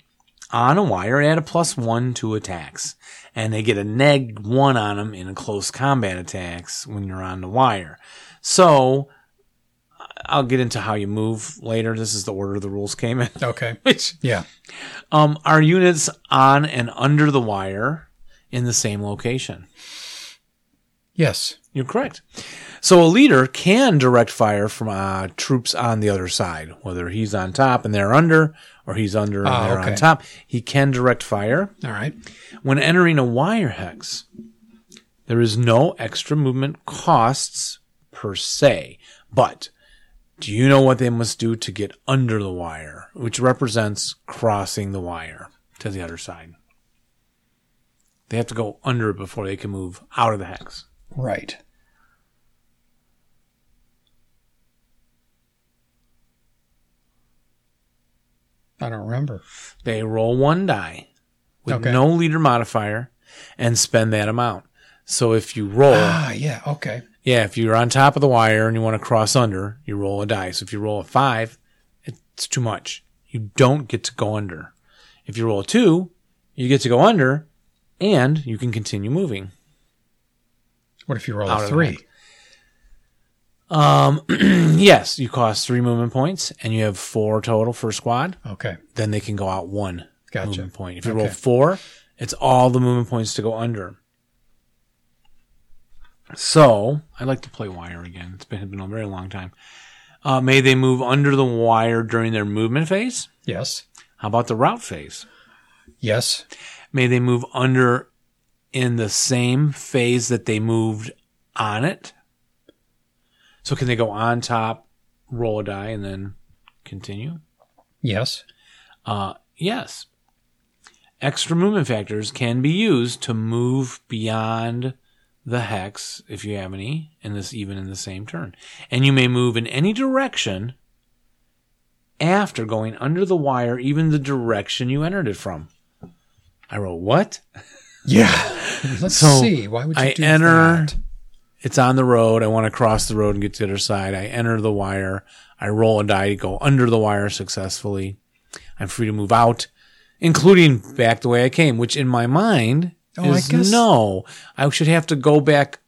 on a wire add a plus one to attacks, and they get a neg one on them in close combat attacks when you're on the wire. So I'll get into how you move later. This is the order the rules came in. Okay. Which Yeah. um, are units on and under the wire in the same location? Yes. You're correct. So a leader can direct fire from uh, troops on the other side, whether he's on top and they're under, or he's under and Ah, they're okay. on top. He can direct fire. All right. When entering a wire hex, there is no extra movement costs per se, but do you know what they must do to get under the wire, which represents crossing the wire to the other side? They have to go under it before they can move out of the hex. Right. I don't remember. They roll one die with Okay. no leader modifier and spend that amount. So if you roll, Ah, yeah. Okay. yeah, if you're on top of the wire and you want to cross under, you roll a die. So if you roll a five, it's too much. You don't get to go under. If you roll a two, you get to go under and you can continue moving. What if you roll Out a of three? hand. Um, yes, you cost three movement points and you have four total for a squad. Okay. Then they can go out one Gotcha. movement point. If you Okay. roll four, it's all the movement points to go under. So I'd like to play wire again. It's been, been a very long time. Uh, may they move under the wire during their movement phase? Yes. How about the route phase? Yes. May they move under in the same phase that they moved on it? So can they go on top, roll a die, and then continue? Yes. Uh, yes. Extra movement factors can be used to move beyond the hex, if you have any, in this even in the same turn. And you may move in any direction after going under the wire, even the direction you entered it from. I wrote, what? Yeah. Let's So, see. Why would you I do enter- that? It's on the road. I want to cross the road and get to the other side. I enter the wire. I roll a die to go under the wire successfully. I'm free to move out, including back the way I came, which in my mind Oh, I is guess- no. I should have to go back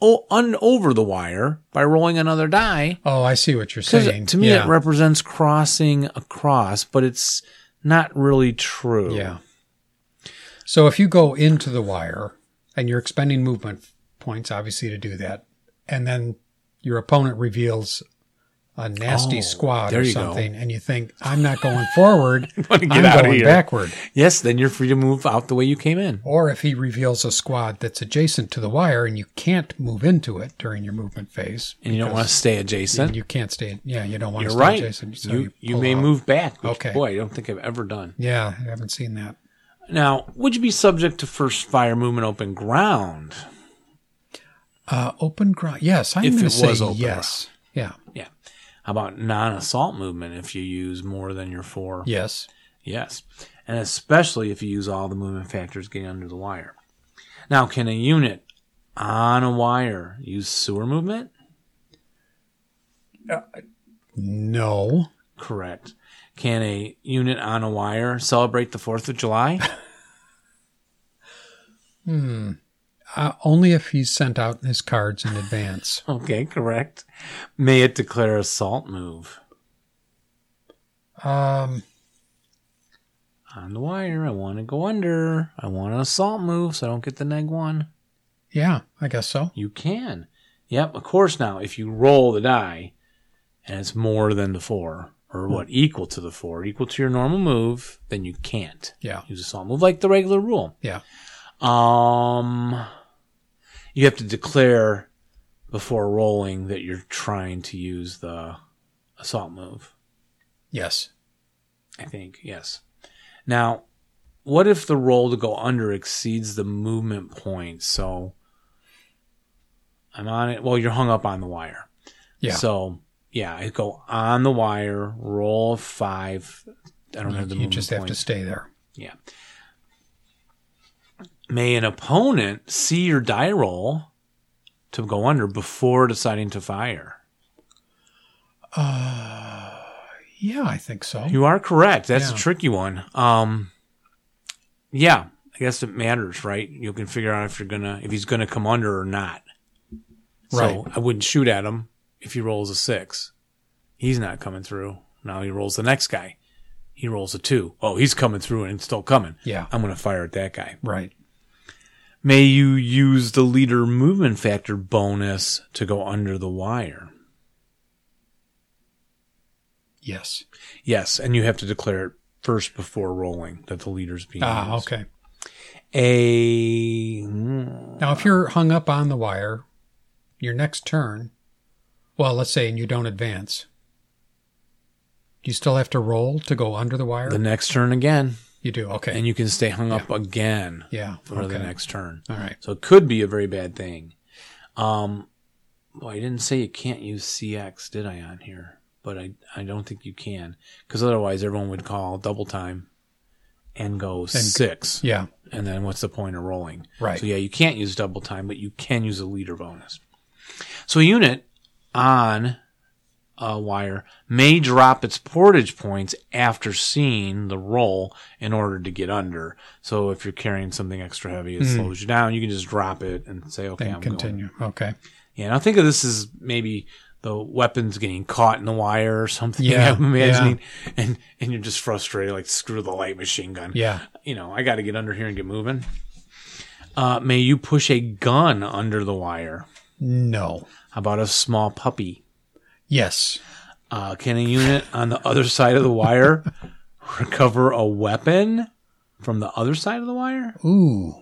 o- un- over the wire by rolling another die. Oh, I see what you're 'Cause saying. to me, yeah. it represents crossing across, but it's not really true. yeah. So if you go into the wire and you're expending movement points, obviously, to do that, and then your opponent reveals a nasty Oh, squad there or you go. something, and you think, I'm not going forward, wanna get I'm out of going here." backward. Yes, then you're free to move out the way you came in. Or if he reveals a squad that's adjacent to the wire and you can't move into it during your movement phase, And you don't want to stay adjacent. and you can't stay. Yeah, you don't want You're to stay right. adjacent. so you you, pull may out. move back. Which, Okay. Boy, I don't think I've ever done. Yeah, I haven't seen that. Now, would you be subject to first fire movement open ground? Uh, open ground. Yes, I'm If going to it say was open yes. Yeah. Yeah. How about non-assault movement if you use more than your four? Yes. Yes. And especially if you use all the movement factors getting under the wire. Now, can a unit on a wire use sewer movement? No. Correct. Can a unit on a wire celebrate the 4th of July? Uh, only if he's sent out his cards in advance. okay, correct. May it declare assault move? Um, on the wire. I want to go under. I want an assault move so I don't get the neg one. yeah, I guess so. You can. Yep, of course now. If you roll the die and it's more than the four, or what, equal to the four, equal to your normal move, then you can't Yeah. use assault move like the regular rule. Yeah. Um, you have to declare before rolling that you're trying to use the assault move. Yes. I think, yes. Now, what if the roll to go under exceeds the movement point? So I'm on it. Well, you're hung up on the wire. Yeah. So, yeah, I go on the wire, roll a five. I don't have the you movement just have point. to stay there. Yeah. May an opponent see your die roll to go under before deciding to fire? Yeah, I think so. You are correct. That's Yeah. a tricky one. Um, yeah, I guess it matters, right? You can figure out if you're gonna if he's gonna come under or not. Right. So I wouldn't shoot at him if he rolls a six. He's not coming through. Now he rolls the next guy. He rolls a two. Oh, he's coming through and it's still coming. Yeah. I'm gonna fire at that guy. Right. May you use the leader movement factor bonus to go under the wire. Yes. Yes, and you have to declare it first before rolling that the leader's being Ah, used. okay. a Now, if you're hung up on the wire, your next turn, well, let's say, and you don't advance, do you still have to roll to go under the wire? the next turn again. you You do. Okay. and you can stay hung up again yeah. for okay. the next turn. All right. So it could be a very bad thing. Um, well, I didn't say you can't use CX, did I, on here? But I, I don't think you can because otherwise everyone would call double time and go six. Yeah. And then what's the point of rolling? Right. So yeah, you can't use double time, but you can use a leader bonus. So a unit on a wire may drop its portage points after seeing the roll in order to get under. So if you're carrying something extra heavy, it slows you down. You can just drop it and say, okay, Then I'm going. Hmm. continue. Okay. Yeah, and I think of this as maybe the weapons getting caught in the wire or something. Yeah, I'm imagining, and and you're just frustrated, like screw the light machine gun. Yeah. you know, I got to get under here and get moving. Uh, may you push a gun under the wire? No. How about a small puppy? Yes. Uh, can a unit on the other side of the wire recover a weapon from the other side of the wire? Ooh.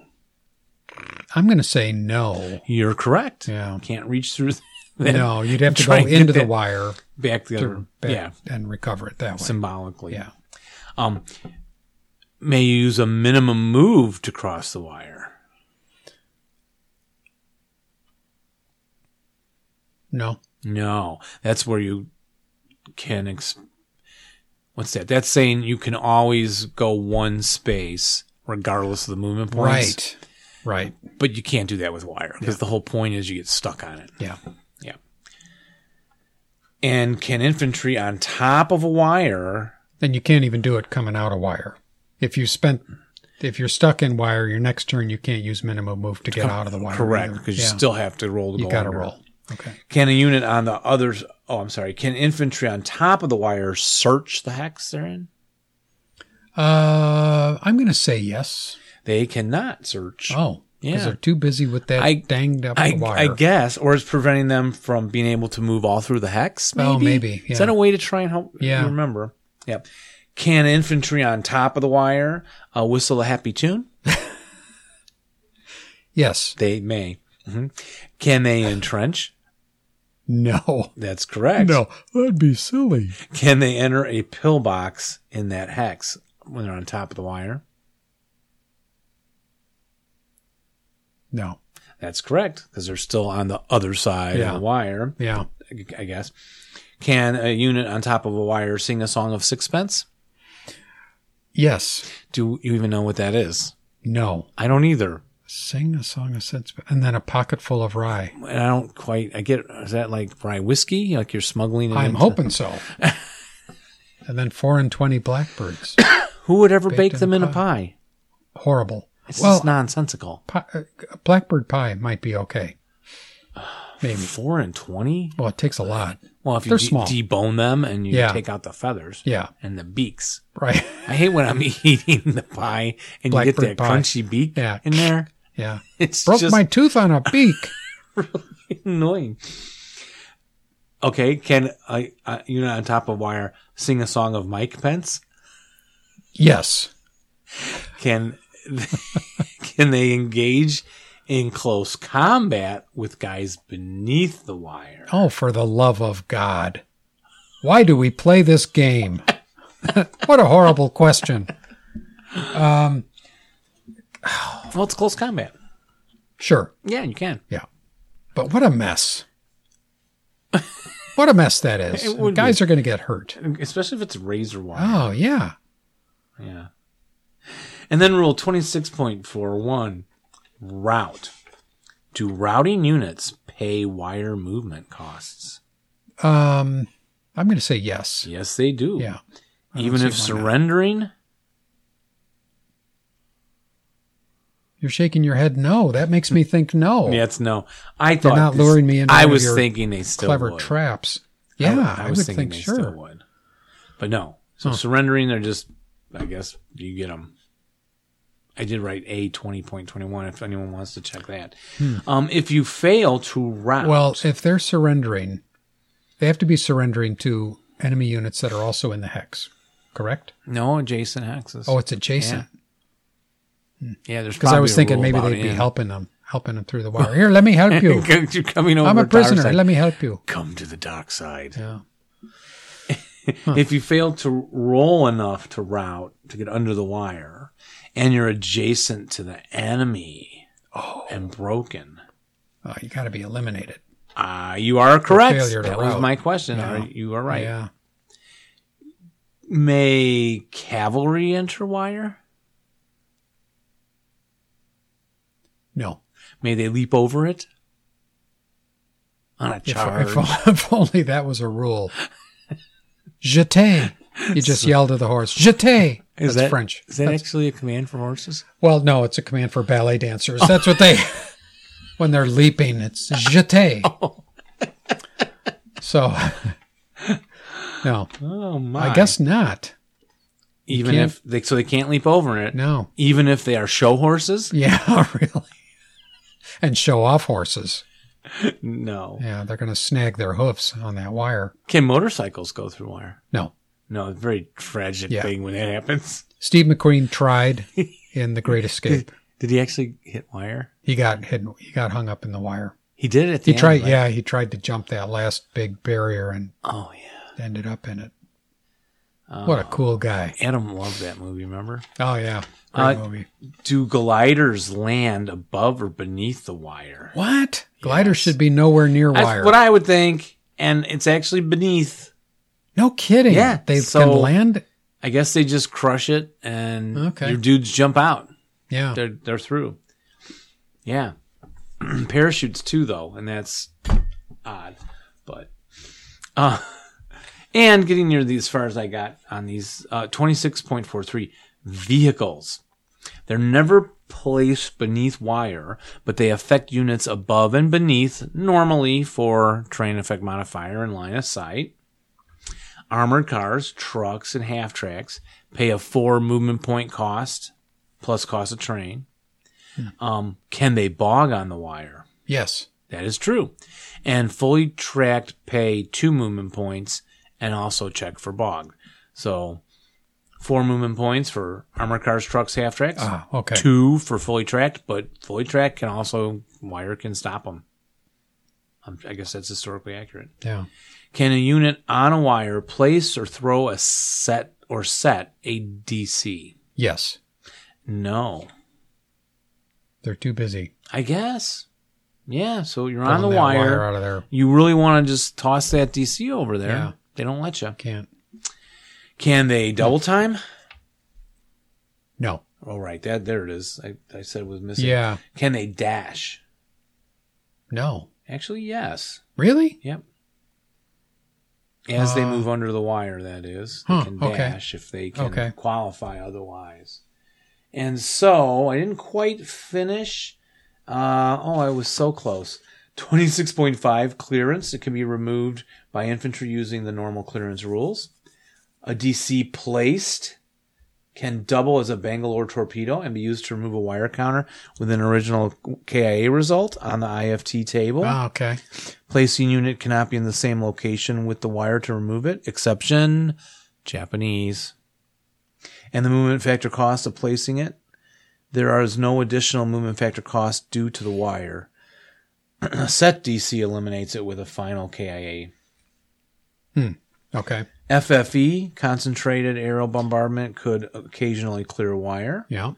I'm going to say no. You're correct. Yeah. Can't reach through that No, you'd have to go Try and get into the that wire back the other. back Yeah, and recover it that way. symbolically. Um, yeah. may you use a minimum move to cross the wire. No. No, that's where you can. Ex- What's that? That's saying you can always go one space regardless of the movement Right. points. Right. But you can't do that with wire because the whole point is you get stuck on it. Yeah. And can infantry on top of a wire? Then you can't even do it coming out of wire. If you spent, if you're stuck in wire, your next turn you can't use minimum move to get out of the wire. Correct, either. because you Yeah. still have to roll to you go got to under. roll. Okay. Can a unit on the other? Oh, I'm sorry. Can infantry on top of the wire search the hex they're in? Uh, I'm going to say yes. They cannot search. Oh, Yeah. because they're too busy with that I- danged up I, wire. I guess, or it's preventing them from being able to move all through the hex. Maybe? Oh, maybe, Is yeah. that a way to try and help? Yeah. you remember. Yep. Can infantry on top of the wire uh, whistle a happy tune? Yes. They may. hmm Can they entrench? No. That's correct. that'd be silly. Can they enter a pillbox in that hex when they're on top of the wire? No. That's correct because they're still on the other side Yeah. of the wire. Yeah. I guess. Can a unit on top of a wire sing a song of sixpence? Yes. Do you even know what that is? No. I don't either. Sing a song of sense, and then a pocket full of rye. and I don't quite. I get. Is that like rye whiskey? Like you're smuggling? It I'm into- hoping so. and then four and twenty blackbirds. Who would ever baked bake them in in a a pie? Horrible. It's well, just nonsensical. pi- uh, blackbird pie might be okay. Maybe. Four and twenty. Well, it takes a lot. Well, if you They're de- small. debone them and you Yeah. take out the feathers Yeah. and the beaks, Right. I hate when I'm eating the pie and you get that Blackbird pie. crunchy beak Yeah. in there. Yeah. It's Broke just my tooth on a beak. annoying. Okay, can a, a unit on top of wire sing a song of Mike Pence? yes. can can they engage in close combat with guys beneath the wire? Oh, for the love of God. Why do we play this game? what a horrible question. Well, it's close combat. Sure. Yeah, you can. Yeah. But what a mess. what a mess that is. It would Guys are going to get hurt. Especially if it's razor wire. Oh, yeah. Oh. Yeah. And then rule 26.41 route. Do routing units pay wire movement costs? Um, I'm going to say yes. Yes, they do. Yeah. I don't Even see if why not. surrendering, You're shaking your head no. That makes me think no. yeah, it's no. I thought Oh. not this- luring me into I one of was your thinking they still Clever would. traps. I Yeah, would- I, would think they sure. still would. But no. So surrendering, they're just, I guess, you get them. I did write A twenty point twenty one. If anyone wants to check that, um, if you fail to route, Hmm. Well, if they're surrendering, they have to be surrendering to enemy units that are also in the hex, correct? no adjacent hexes. Oh, it's adjacent. yeah, there's Because I was thinking maybe they'd be helping helping them, helping them through the wire. Here, let me help you. You're coming over. I'm a to our prisoner. side. Let me help you. come to the dark side. Yeah. if you fail to roll enough to route to get under the wire and you're adjacent to the enemy and broken, Oh, you got to be eliminated. uh, you are correct. failure to That was route. my question. Yeah. Are- you are right. Yeah. May cavalry enter wire? No. May they leap over it? On a If, charge. if- if only that was a rule. Jeté. You just yelled at the horse. Jeté. That's that French. Is that That's- actually a command for horses? well, no, it's a command for ballet dancers. Oh. That's what they, when they're leaping, it's jeté. Oh. So, no, Oh my! I guess not. even can't- if they so they can't leap over it. No. Even if they are show horses. Yeah, really. And show off horses. No. Yeah, they're going to snag their hoofs on that wire. Can motorcycles go through wire? No. No, it's a very tragic Yeah. thing when that happens. Steve McQueen tried in The Great Escape. Did he actually hit wire? He got hidden. He got hung up in the wire. He did it at He the end, tried. right? Yeah, he tried to jump that last big barrier and Oh yeah. ended up in it. what a Oh. cool guy! Adam loved that movie. Remember? Oh yeah, great Uh, movie. Do gliders land above or beneath the wire? What? Gliders should be nowhere near wire. That's what I would think, and it's actually beneath. no kidding. Yeah, they so- can land. I guess they just crush it, and Okay. your dudes jump out. Yeah, they're they're through. Yeah, parachutes too, though, and that's odd. But uh, and getting near these, as far as I got on these uh, twenty six point four three vehicles, they're never placed beneath wire, but they affect units above and beneath normally for train effect modifier and line of sight. Armored cars, trucks, and half tracks pay a four movement point cost plus cost of train. Hmm. Um, can they bog on the wire? yes. That is true. And fully tracked pay two movement points and also check for bog. So four movement points for armored cars, trucks, half tracks. Ah, okay. Two for fully tracked, but fully tracked can also wire can stop them. Um, I guess that's historically accurate. Yeah. Can a unit on a wire place or throw a set or set a DC? Yes, No. they're too busy I guess. Yeah, so you're on pulling the that wire. out of there. You really want to just toss that DC over there. Yeah. They don't let Hmm. you. Can't. Can they double time? No. Oh, right. That, there it is. I, I said it was missing. Yeah. Can they dash? No. Actually, yes. Really? Yep. As they Uh, move under the wire, that is. They Huh, can okay. dash if they can Okay. qualify otherwise. And so I didn't quite finish. Uh, oh, I was so close. 26.5 clearance. It can be removed by infantry using the normal clearance rules. A DC placed can double as a Bangalore torpedo and be used to remove a wire counter with an original KIA result on the IFT table. Ah, okay. Placing unit cannot be in the same location with the wire to remove it. Exception Japanese. And the movement factor cost of placing it. There is no additional movement factor cost due to the wire. Set DC eliminates it with a final KIA. Okay. FFE, E, concentrated aerial bombardment, could occasionally clear wire. Yeah.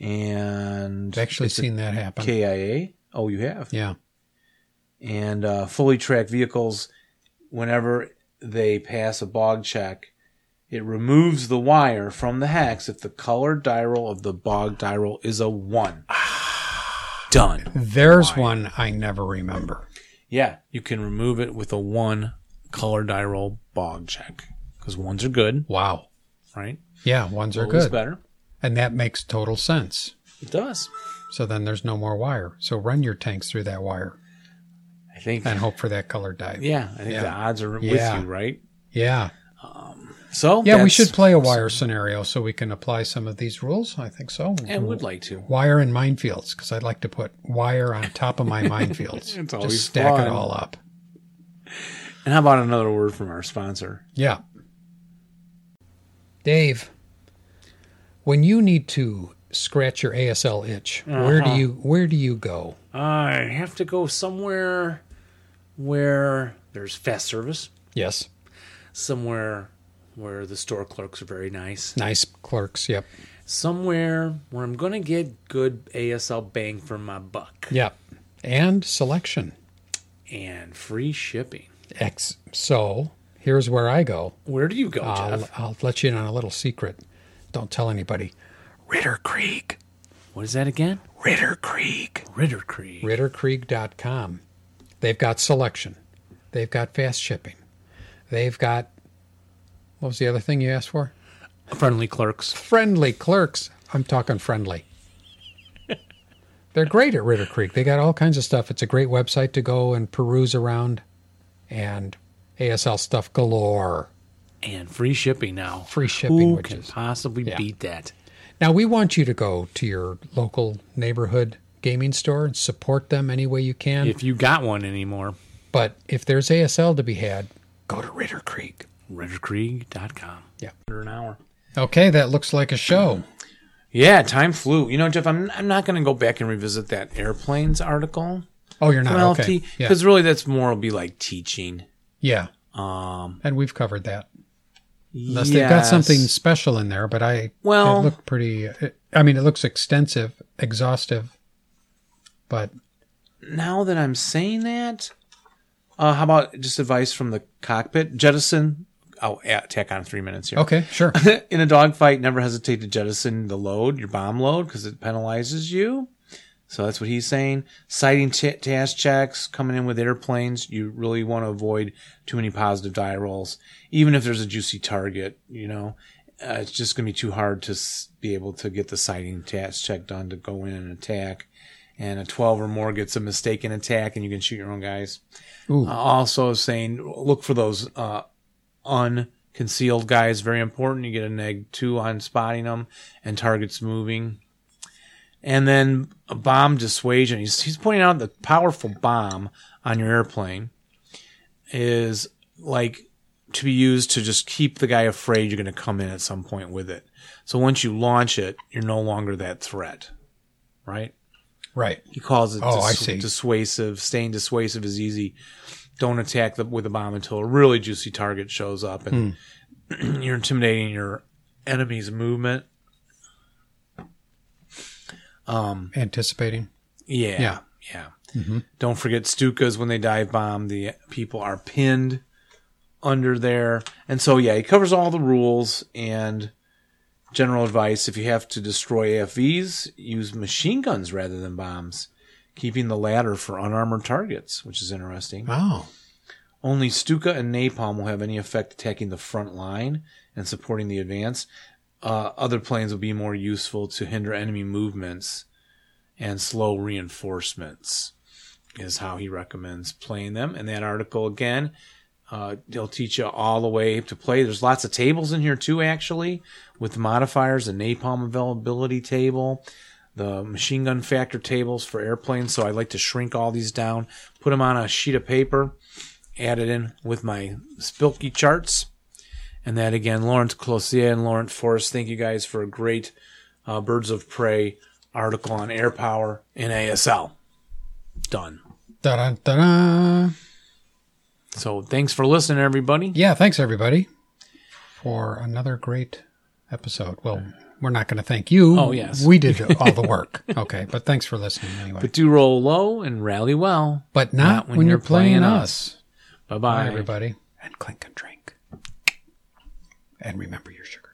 And I've actually seen that happen. KIA. Oh, you have? Yeah. and uh, fully tracked vehicles, whenever they pass a bog check, it removes the wire from the hex if the color diral of the bog diral is a one. Done. There's one I never remember. Yeah, you can remove it with a one color diral bog check because ones are good, Wow. right? Yeah, ones are Always good. better. And that makes total sense. It does. So then there's no more wire. So run your tanks through that wire I think. and hope for that color dye. Yeah. Yeah, I think the odds are Yeah. with you, right? Yeah, So we that's- should play a wire scenario so we can apply some of these rules. I think so. I would like to. Wire and minefields, because I'd like to put wire on top of my minefields. It's always Just stack fun. it all up. And how about another word from our sponsor? Yeah. Dave, when you need to scratch your ASL itch, where do you where do you go? I have to go somewhere where there's fast service, Yes. somewhere where the store clerks are very nice, Nice clerks. Yep. somewhere where I'm going to get good ASL bang for my buck Yep. And selection. and free shipping. Ex- so here's where I go. Where do you go, I'll, Jeff? I'll let you in on a little secret. Don't tell anybody. Ritter Creek. What is that again? Ritter Creek. Ritter Creek. RitterCreek.com. They've got selection. They've got fast shipping. They've got, what was the other thing you asked for? Friendly clerks. Friendly clerks. I'm talking friendly. They're great at Ritter Creek. They got all kinds of stuff. It's a great website to go and peruse around and ASL stuff galore. And free shipping now. Free shipping, Who which can is- possibly yeah. beat that? Now, we want you to go to your local neighborhood gaming store and support them any way you can. If you got one anymore, but if there's ASL to be had, go to Ritter Creek. RitterCreek.com. Yeah. Under an hour. Okay, that looks like a show. Yeah, time flew. You know, Jeff, I'm, I'm not going to go back and revisit that airplanes article. Oh, you're not Well, okay. Yeah. because really that's more will be like teaching. yeah, Um, and we've covered that. Unless they've got something yes. special in there, but I Well- it looked pretty. It, I mean, it looks extensive, exhaustive. But now that I'm saying that, uh, how about just advice from the cockpit? Jettison. I'll a- tack on three minutes here. okay, sure. In a dogfight, never hesitate to jettison the load, your bomb load, because it penalizes you. So that's what he's saying. Sighting t- task checks, coming in with airplanes, you really want to avoid too many positive die rolls, even if there's a juicy target. You know, uh, it's just going to be too hard to s- be able to get the sighting task check done to go in and attack. And a 12 or more gets a mistaken attack, and you can shoot your own guys Uh, Ooh, also saying look for those uh, unconcealed guys. Very important. You get a neg two on spotting them and targets moving. And then a bomb dissuasion. He's, he's pointing out the powerful bomb on your airplane is like to be used to just keep the guy afraid you're going to come in at some point with it. So once you launch it, you're no longer that threat, right? right. He calls it Oh, I dis- see. dissuasive. Staying dissuasive is easy. Don't attack the, with a bomb until a really juicy target shows up, and Hmm. you're intimidating your enemy's movement. Anticipating. Yeah, Yeah. Mm-hmm. yeah. Don't forget Stukas when they dive bomb. The people are pinned under there, and so yeah, he covers all the rules and general advice. If you have to destroy AFVs, use machine guns rather than bombs. Keeping the latter for unarmored targets, which is interesting. Oh, Only Stuka and Napalm will have any effect attacking the front line and supporting the advance. Uh, other planes will be more useful to hinder enemy movements and slow reinforcements, is how he recommends playing them. And that article, again, uh, they'll teach you all the way to play. There's lots of tables in here, too, actually, with modifiers, the napalm availability table, the machine gun factor tables for airplanes. So I like to shrink all these down, put them on a sheet of paper added in with my Spilky charts. And that again, Lawrence Clossier and Lawrence Forrest, thank you guys for a great uh, Birds of Prey article on air power in ASL. Done. da da da. So thanks for listening, everybody. Yeah, thanks everybody for another great episode. Well, we're not going to thank you. Oh, yes. we did all the work. okay, but thanks for listening anyway. But do roll low and rally well. But not, when, you're, playing, us. Bye bye. Bye, everybody. And clink and drink. And remember your sugar.